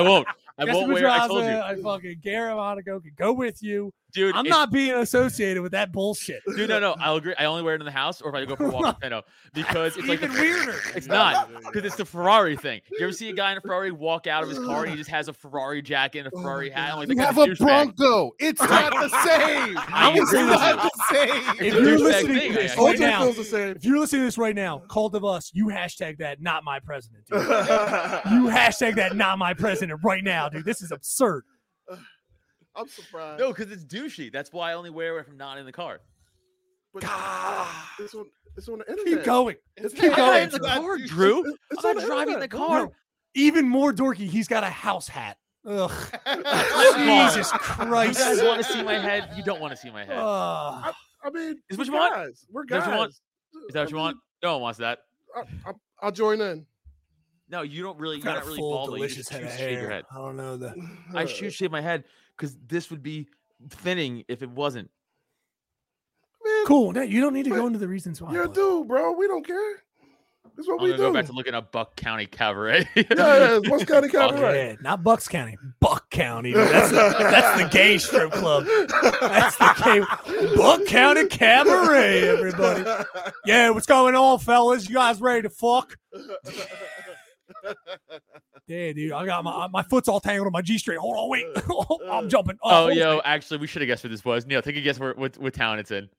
won't. I Jesse won't wear. I told you, Pedraza, I fucking Gary Monaco can go with you. dude. I'm it's- not being associated with that bullshit. Dude, no, no. I'll agree. I only wear it in the house or if I go for a walk with Peno because it's like the Even weirder. It's not because it's the Ferrari thing. You ever see a guy in a Ferrari walk out of his car and he just has a Ferrari jacket and a Ferrari hat? I'm like, You "That have guy's a douchebag." Bronco. It's not the same. I If agree with It's it's not the a you're douchebag listening thing, to I this agree. right Ultra now, feels the same. if you're listening to this right now, call the bus. You hashtag that, not my president. Dude. You hashtag that, not my president right now, dude. This is absurd. I'm surprised. No, because it's douchey. That's why I only wear it if I'm not in the car. but God. it's on it's on the internet. Keep going. It's Keep I'm not- not going. in the it's not- car, it's- Drew. it's- it's I'm on not driving in the internet. car. Even more dorky, he's got a house hat. Ugh. Paul, Jesus You guys Christ. want to see my head? You don't want to see my head. Uh, Ugh. I mean, Is what we're you want? guys. We're That's guys. what you want? Is that what you want? No one wants that. I, I, I'll join in. No, you don't really. I've You're got a not really full, balding. You delicious just head of choose to shave your hair. head. I don't know that. I should shave my head because this would be thinning if it wasn't. Uh, Man, Cool. Now you don't need to But go into the reasons why. You're a but- dude, bro. We don't care. That's what I'm we gonna do. go back to looking up Buck County Cabaret. yeah, yeah. What's kind of Buck copyright? Yeah, not Bucks County, Buck County. dude. That's the, that's the gay strip club. That's the gay Buck County Cabaret. Everybody. Yeah, what's going on, fellas? You guys ready to fuck? Yeah, dude. I got my my foot's all tangled on my g string. Hold on, wait. Uh, I'm jumping. Uh, Oh, hold yo, on. actually, we should have guessed what this was. Neil, take a guess where, what, what town it's in.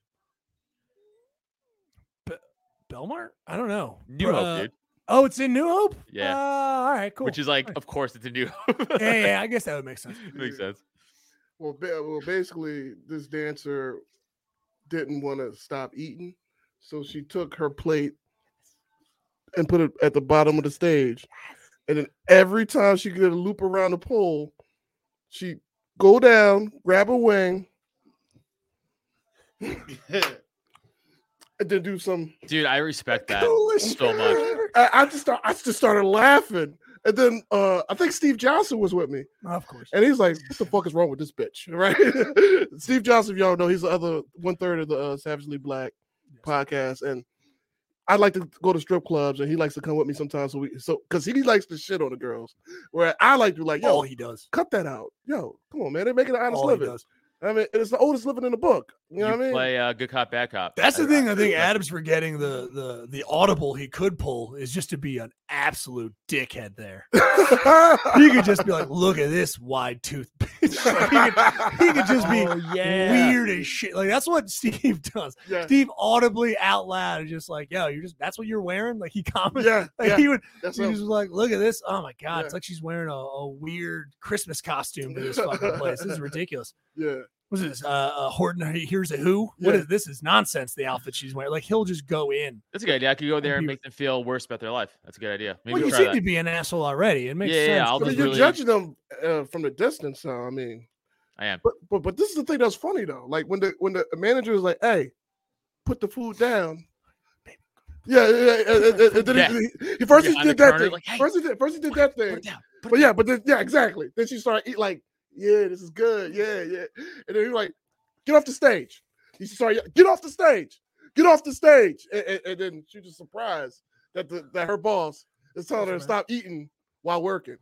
Belmar? I don't know. New Uh, Hope, dude. Oh, it's in New Hope. Yeah. Uh, all right, cool. Which is like, of course, it's in New Hope. yeah, yeah. I guess that would make sense. Makes sense. Well, ba- well, basically, this dancer didn't want to stop eating, so she took her plate and put it at the bottom of the stage. And then every time she did a loop around the pole, she go down, grab a wing, and then do some. Dude, I respect that coolest so shit much. ever. I, I just start, I just started laughing, and then uh, I think Steve Johnson was with me. Of course. And he's like, "What the fuck is wrong with this bitch?" Right? Steve Johnson, if y'all know, he's the other one third of the uh, Savagely Black podcast, and I like to go to strip clubs, and he likes to come with me sometimes. So we, so because he likes to shit on the girls, where I like to be like, uh, "Yo, All Oh, he does. cut that out, yo, come on, man, they're making an honest All he living." does. I mean, it's the oldest living in the book. You know You what I mean? play uh, good cop, bad cop. That's the I- thing. I think respect Adams forgetting the the the audible he could pull is just to be an absolute dickhead. There, he could just be like, "Look at this wide tooth bitch." Like, he, could, he could just be Oh, weird as shit. Like that's what Steve does. yeah, Steve audibly out loud is just like, "Yo, you're just that's what you're wearing." Like he comments. yeah, Like yeah. he would, That's he him. was like, "Look at this! Oh my god, it's Yeah. like she's wearing a, a weird Christmas costume to this fucking place. This is ridiculous." yeah. What's this? Uh, uh Horton he- here's a who? What Yeah. is this? Is nonsense? The outfit she's wearing. Like he'll just go in. That's a good idea. I could go there and be- make them feel worse about their life. That's a good idea. Maybe well, you we'll try seem that. to be an asshole already. It makes Yeah, yeah, sense. I'll But just you're really- judging them uh, from the distance. So I mean, I am. But but but this is the thing that's funny though. Like when the when the manager is like, "Hey, put the food down." Yeah, yeah, yeah, yeah, yeah, yeah, then he- he- he- First Yeah, he on the did that counter, thing. like, "Hey, First he did. First he did that Put thing. it down. Put But it yeah, but then yeah, exactly. Then she started eat like, "Yeah, this is good. Yeah, yeah." And then he like, "Get off the stage." He started, yell- "Get off the stage! Get off the stage!" And, and, and then she was surprised that the that her boss is telling her to stop eating while working.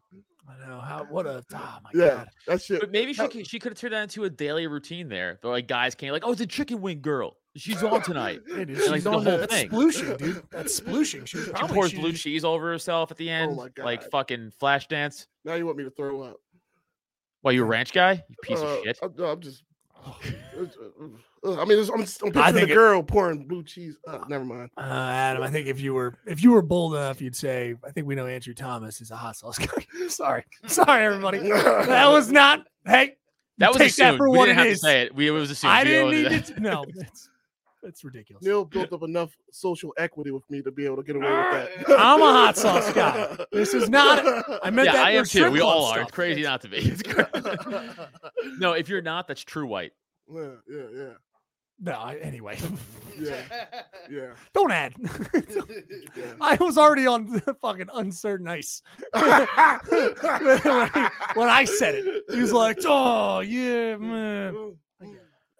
I know how. What a. Oh my Yeah, god. that shit. But maybe she No. could, she could have turned that into a daily routine there. But like guys came like, oh, it's a chicken wing girl. She's on tonight. Dude, And, like, she's the on whole the- that's thing. splooshing, dude. That's splooshing. She, was She probably, pours she- blue cheese all over herself at the end, my like God. fucking flash dance. Now you want me to throw up. Why you a ranch guy? You piece Uh, of shit. I'm, no, I'm just. it's, uh, uh, I mean, it's, I'm, just, I'm I picturing think the it- girl pouring blue cheese. Uh, never mind. Uh, Adam, I think if you were if you were bold enough, you'd say, "I think we know Andrew Thomas is a hot sauce guy." sorry, sorry, everybody. That was not. Hey, That was take assumed. that for we what didn't it have is. to say it. We it was assumed. I We didn't all knew need that. it. To, no, that's, that's ridiculous. Neil built up enough social equity with me to be able to get away with that. I'm a hot sauce guy. This is not- I meant Yeah, that. I for am too. strip We club all are. stuff. It's crazy not to be. It's crazy. no, if you're not, that's true white. yeah, yeah, yeah, No, I- anyway, yeah, yeah. don't add. I was already on the fucking uncertain ice yeah. when I said it. He was like, "Oh yeah, man." Oh,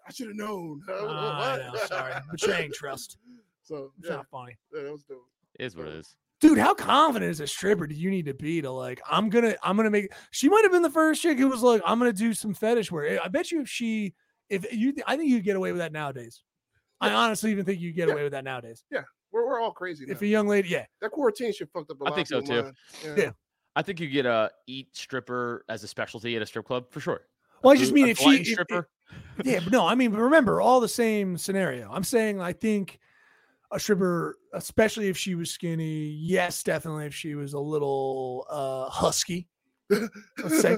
I should have known. Uh, Oh, I know, what? sorry, betraying trust. So It's yeah, not funny, yeah, that was dope. It is what it is. dude. How confident as a stripper do you need to be to like? I'm gonna, I'm gonna make. She might have been the first chick who was like, "I'm gonna do some fetish wear." I bet you, if she, if you, I think you'd get away with that nowadays. I honestly even think you'd get Yeah. away with that nowadays. We're, we're all crazy. Now. If a young lady, yeah, that quarantine shit fucked up a I lot. think so, of people's too. mind. Yeah. I think you get a eat stripper as a specialty at a strip club for sure. Well, I just A mean if she blind if- if- stripper. yeah, but no, I mean, but remember all the same scenario. I'm saying I think a stripper, especially if she was skinny, yes, definitely if she was a little uh husky, let's say,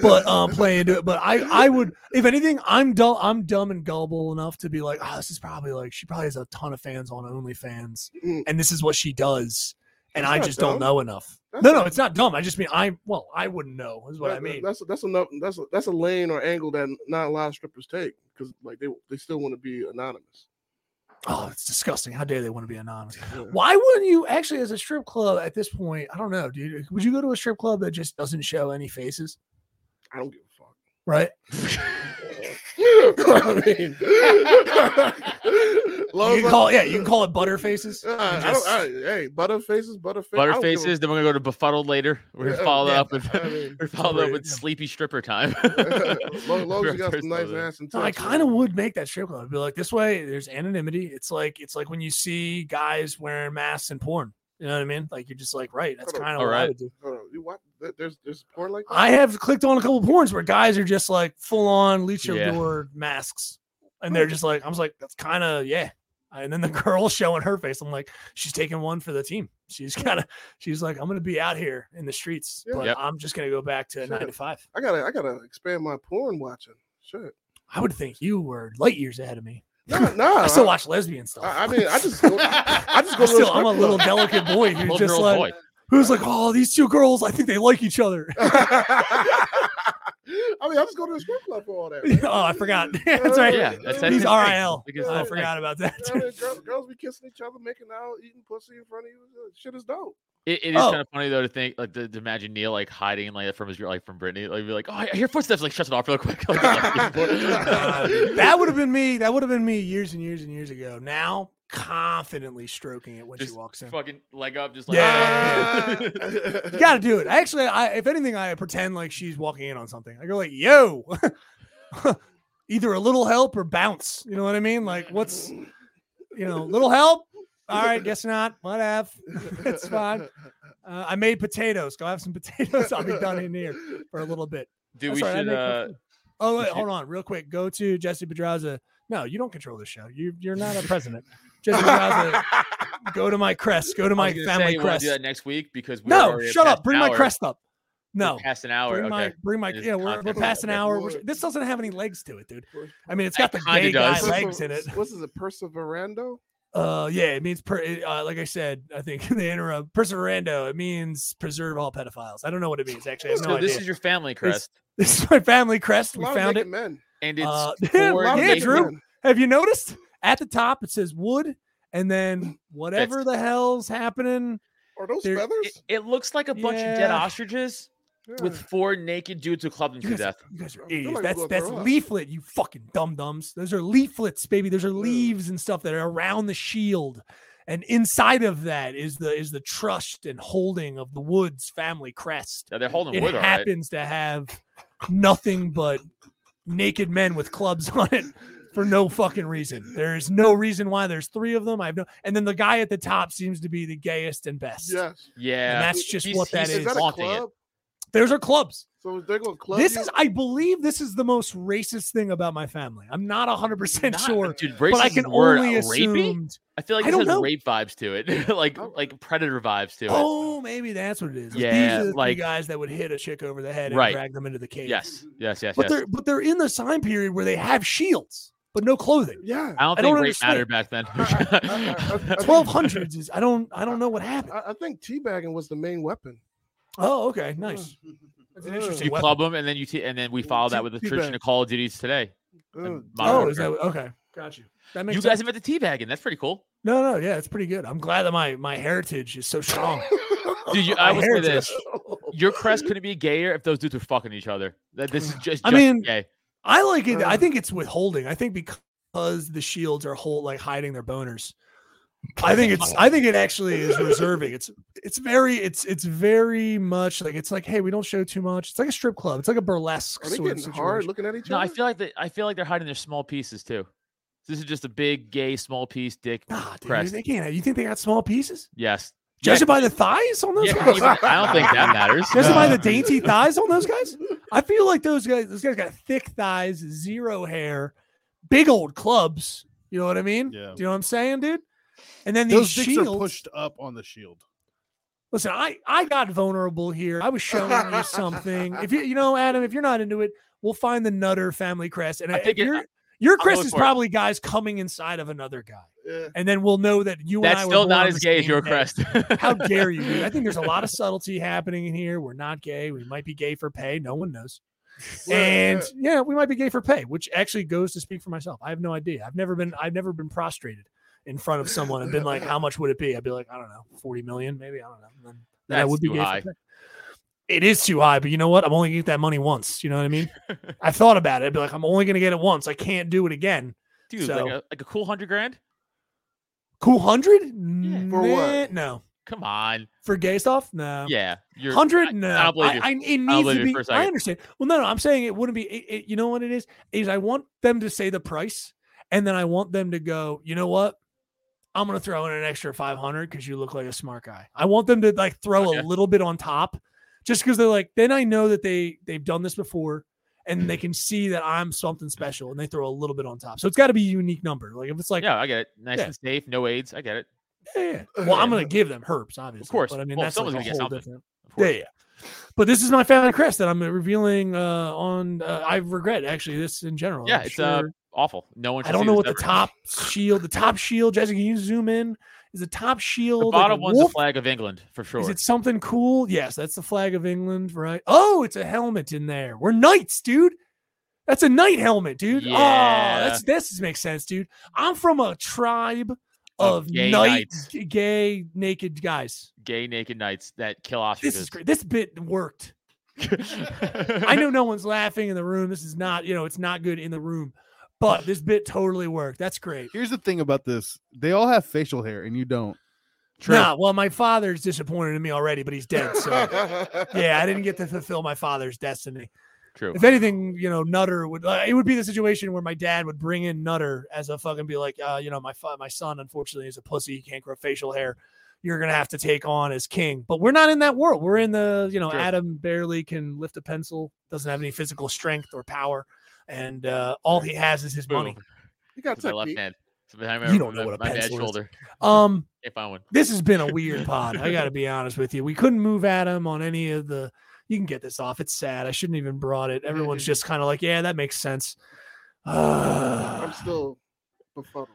but um play into it. But I I would if anything, I'm dumb I'm dumb and gullible enough to be like, "Ah, oh, this is probably like she probably has a ton of fans on OnlyFans Mm. and this is what she does. and That's I not just dumb. don't know enough. That's no, not- no, it's not dumb. I just mean I well, I wouldn't know is what I That- that- mean. That's that's enough. That's a, that's a lane or angle that not a lot of strippers take because like they they still want to be anonymous. Oh, it's disgusting. How dare they want to be anonymous? Why wouldn't you actually as a strip club at this point? I don't know, dude. Would you go to a strip club that just doesn't show any faces? I don't give a fuck. Right? I mean, long You as I- can call yeah, you can call it butter faces. Uh, I don't, I, hey, butterfaces, butterfaces, Butterfaces. Then we're gonna go to befuddled later. We're gonna Yeah, follow yeah, up with I mean, we followed up Sorry, with yeah. sleepy stripper time. as long, as long as you got First some nice loaded. ass and No, I tits, kind of man. would make that strip club. I'd be like, this way, there's anonymity. It's like it's like when you see guys wearing masks in porn. You know what I mean? Like you're just like, right? That's Hold on. kind of All what I right. would do. Hold on, you watch, there- there's there's porn like that. I have clicked on a couple porns where guys are just like full on Yeah. luchador masks, and they're just like, I was like, that's kind of yeah. And then the girl showing her face, I'm like, she's taking one for the team. She's kind of, she's like, I'm gonna be out here in the streets, Yeah. but Yep. I'm just gonna go back to Shit. nine to five. I gotta I gotta expand my porn watching. Shit, I would think you were light years ahead of me. nah, nah. I still watch lesbian stuff. I, I mean, I just go, I just go I'm to the still, I'm a strip little club. delicate boy who's Twelve-year-old just like, boy. who's like, oh, these two girls, I think they like each other. I mean, I just go to the strip club for all that. man. oh, I forgot. that's right. Yeah, that's- that's He's his thing. RIL. Because I that's his forgot about that. I mean, girls, girls be kissing each other, making out, eating pussy in front of you. Shit is dope. It, it is Oh. kind of funny though to think like to, to imagine Neil like hiding like from his like from Brittany like be like oh I hear footsteps like shuts it off real quick. Like, Uh, that would have been me. That would have been me years and years and years ago. Now, confidently stroking it when Just she walks in. fucking leg up just like Yeah. You Uh, gotta do it. Actually, I if anything, I pretend like she's walking in on something. I go like, "Yo," either a little help or bounce. You know what I mean? Like, what's you know, little help? All right, guess not. What have? it's fine. Uh, I made potatoes. Go have some potatoes. I'll be done in here for a little bit. dude That's we all right, I should make my uh food. Oh, wait, should- hold on, real quick. Go to Jesse Pedraza. No, you don't control the show. You you're not a president. Jesse Pedraza. Go to my crest. Go to I my was gonna say, family you wanna crest. do that next week because we're No, already shut past up. an Bring my hour. crest up. We're No. past an hour Bring my okay bring my There's yeah, we're, we're content. past an Yeah, hour. we're- We're- This doesn't have any legs to it, dude. I mean, it's It got the kinda gay guy does. legs in it. What's is it? Perseverando. Uh, yeah, it means per, it, uh, like I said, I think the interim perseverando. It means preserve all pedophiles. I don't know what it means. Actually, I have so no this idea. is your family crest this is my family crest. A We lot found of it. naked men. and it's Uh, A for lot of yeah, naked naked- Drew. men. Have you noticed at the top it says wood and then whatever the hell's happening? Are those There- It, feathers? it looks like a bunch of dead Yeah. ostriches with Yeah. four naked dudes who clubbed them You to guys, death. you guys are I feel like idiots. I'm That's gonna that's throw up. leaflet, you fucking dum dums. Those are leaflets, baby. Those are Yeah. leaves and stuff that are around the shield. And inside of that is the is the trust and holding of the Woods family crest. Yeah, they're holding It wood, all right. happens to have nothing but naked men with clubs on it for no fucking reason. There is no reason why there's three of them. I have no. And then the guy at the top seems to be the gayest and best. Yes. Yeah, And that's just He's- what that he's Is is. that a flaunting it. club? Those are clubs. So they're going club. this you? is, I believe, this is the most racist thing about my family. I'm not 100 percent Not- sure, dude. but I racist can word, only rapey? assume. I feel like I this don't has know. rape vibes to it, like Oh. like predator vibes to it. Oh, maybe that's what it is. Like, Yeah, these are the three like- guys that would hit a chick over the head and Right. drag them into the cave. yes, yes, yes, but yes. they're but they're in the time period where they have shields but no clothing. Yeah. I don't I think don't rape mattered back then. I- I- I- Twelve hundreds is I don't I don't know what happened. I, I think teabagging was the main weapon. Oh, okay, mm, nice. That's an Ugh. interesting you weapon. club them and then you t- and then we follow that with the Tea tradition bag. of Call of Duties today. Ugh. and Oh, modern is that warfare. okay? Got you. That makes you guys sense. invented teabagging. That's pretty cool. No, no, yeah, it's pretty good. I'm glad that my my heritage is so strong. Oh. Dude, you, I My will say heritage. this: your crest couldn't be gayer if those dudes were fucking each other. That this is just. Mm. I just mean, gay. I like it. I Uh. think it's withholding. I think because the shields are whole like hiding their boners. I think it's I think it actually is reserving. It's it's very it's it's very much like it's like, hey, we don't show too much. It's like a strip club. It's like a burlesque Are they sort of getting hard situation. looking at each no, other? I feel like they, I feel like they're hiding their small pieces too. This is just a big gay small piece dick. Nah, dude, Crest. they can't. You think they got small pieces? Yes. Yeah, Judging by the thighs on those yeah, guys? even- I don't think that matters. Judging by the dainty thighs on those guys? I feel like those guys, those guys got thick thighs, zero hair, big old clubs. You know what I mean? Yeah. Do you know what I'm saying, dude? And then these Those dicks shields. are pushed up on the shield. Listen, I, I got vulnerable here. I was showing you something. If you you know, Adam, if you're not into it, we'll find the Nutter family crest. And I if think it- your your I'll crest look is for it. probably guys coming inside of another guy. Yeah. and then we'll know that you and That's I were still born not on as the gay as same your day. crest. How dare you? dude. I think there's a lot of subtlety happening in here. We're not gay. We might be gay for pay. No one knows. Right, And right. yeah, we might be gay for pay, which actually goes to speak for myself. I have no idea. I've never been I've never been prostrated in front of someone and been like, how much would it be? I'd be like, I don't know, 40 million, maybe. I don't know. And Then, then I That's would be too gay for high. pay. It is too high, but you know what? I'm only gonna get that money once. You know what I mean? I thought about it. I'd be like, I'm only gonna get it once. I can't do it again. Dude, So- like, a, like a cool hundred grand? Cool hundred? For what? No. Come on. For gay stuff? No. Yeah. You're Um, Hundred? I- No, I don't believe I, you. I- it I don't needs to believe you be. for a second. I understand. Well, no, no, I'm saying it wouldn't be. It, it- you know what it is? Is I want them to say the price, and then I want them to go. You know what? I'm gonna throw in an extra 500 because you look like a smart guy. I want them to like throw Okay. a little bit on top, just because they're like. Then I know that they they've done this before. And they can see that I'm something special, and they throw a little bit on top. So it's got to be a unique number. Like if it's like, yeah, yeah, I get it. Nice Yeah. and safe, no AIDS. I get it. yeah, yeah. well, I'm gonna give them herbs, obviously. course. but I mean Well, that's like, someone's a gonna get whole something. different. Of Yeah, course. yeah. But this is my family crest that I'm revealing uh, on. Uh, I regret actually this in general. Yeah, I'm it's, uh, Awful. No one. I should don't see know this what the ever. top shield. The top shield, Jessica, can you zoom in? Is the top shield The like a bottom one's the wolf? flag of England for sure. Is it something cool? Yes, that's the flag of England, right? Oh, it's a helmet in there. We're knights, dude. That's a knight helmet, dude. Yeah. Oh, that's this makes sense, dude. I'm from a tribe Of of, gay knight, knights. g- gay, naked guys. Gay naked knights that kill This ostriches. is great. This bit worked. I I know no one's laughing in the room. This is not, you know, it's not good in the room, but this bit totally worked. That's great. Here's the thing about this: they all have facial hair, and you don't. Nah, well, my father's disappointed in me already, but he's dead. So yeah, I didn't get to fulfill my father's destiny. True. If anything, you know, Nutter would uh, it would be the situation where my dad would bring in Nutter as a fucking be like, uh, you know, my fa- my son unfortunately is a pussy. He can't grow facial hair. You're gonna have to take on as king. But we're not in that world. We're in the you know, True. Adam barely can lift a pencil, doesn't have any physical strength or power, and uh, all he has is his money. Boom. You got With my left technique. hand. It's behind You don't know my, what a my dad's pencil is. shoulder. Um, If I win. this has been a weird pod. I got to be honest with you. We couldn't move Adam on any of the. You can get this off. It's sad. I shouldn't even brought it. Everyone's just kind of like, yeah, that makes sense. Uh, I'm still befuddled.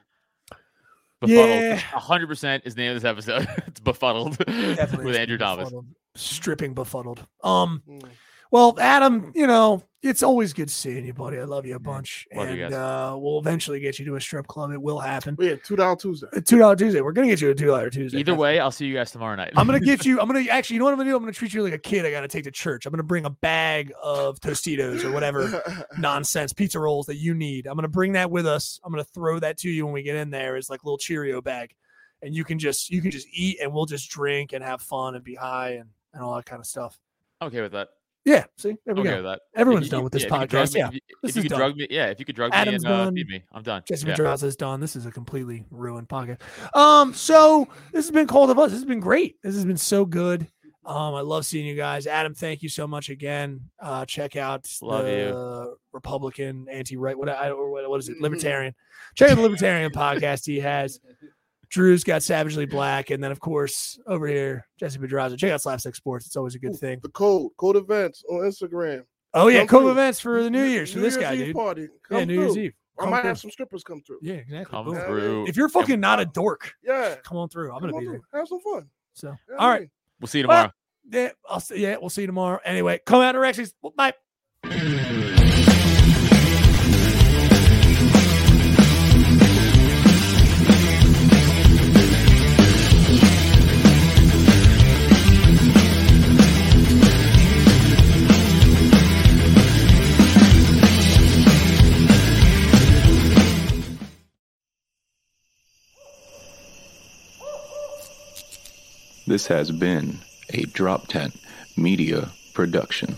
Befuddled. Yeah. 100% is the name of this episode. it's Befuddled with Andrew Thomas. befuddled. Stripping befuddled. Um. Mm. Well, Adam, you know it's always good seeing you, buddy. I love you a bunch, Love and you guys. uh, we'll eventually get you to a strip club. It will happen. But yeah, two dollar Tuesday. A Two dollar Tuesday. We're gonna get you a two dollar Tuesday. Either way, I'll see you guys tomorrow night. I'm gonna get you. I'm gonna actually. You know what I'm gonna do? I'm gonna treat you like a kid. I gotta take to church. I'm gonna bring a bag of Tostitos or whatever nonsense pizza rolls that you need. I'm gonna bring that with us. I'm gonna throw that to you when we get in there as like little Cheerio bag, and you can just you can just eat and we'll just drink and have fun and be high and and all that kind of stuff. I'm okay with that. Yeah. See, there I'm we okay go. with that. If Everyone's you- done with this yeah, if you could drug podcast. me- Yeah. If you, this if you is could done. drug me, yeah. If you could drug Adam's me and uh, done. feed me, I'm done. Jesse yeah. Madraza is done. This is a completely ruined podcast. Um, so this has been Cold of Us. This has been great. This has been so good. Um, I love seeing you guys. Adam, thank you so much again. Uh, check out Love the Republican, anti-right, what I or what, what is Mm-hmm. it? Libertarian. Check out the Libertarian podcast he has. Drew's got Savagely Black, and then of course over here, Jesse Madraza. Check out Slapstick Sports. It's always a good thing. The code, code events on Instagram. Oh yeah, Come cool through. events for the New Year's for New this Year's guy, Eve dude. Party. Come Yeah, New Year's through. Eve. I Come might through. have some strippers come through. Yeah, exactly. Come Boom. Yeah, through. If you're fucking not a dork, Yeah. come on through. I'm come gonna on be there. through. Have some fun. So, Yeah, all I right. mean, We'll see you Well, tomorrow. Yeah, I'll see. Yeah, we'll see you tomorrow. Anyway, come out directions. Bye. This has been a Drop Tent Media production.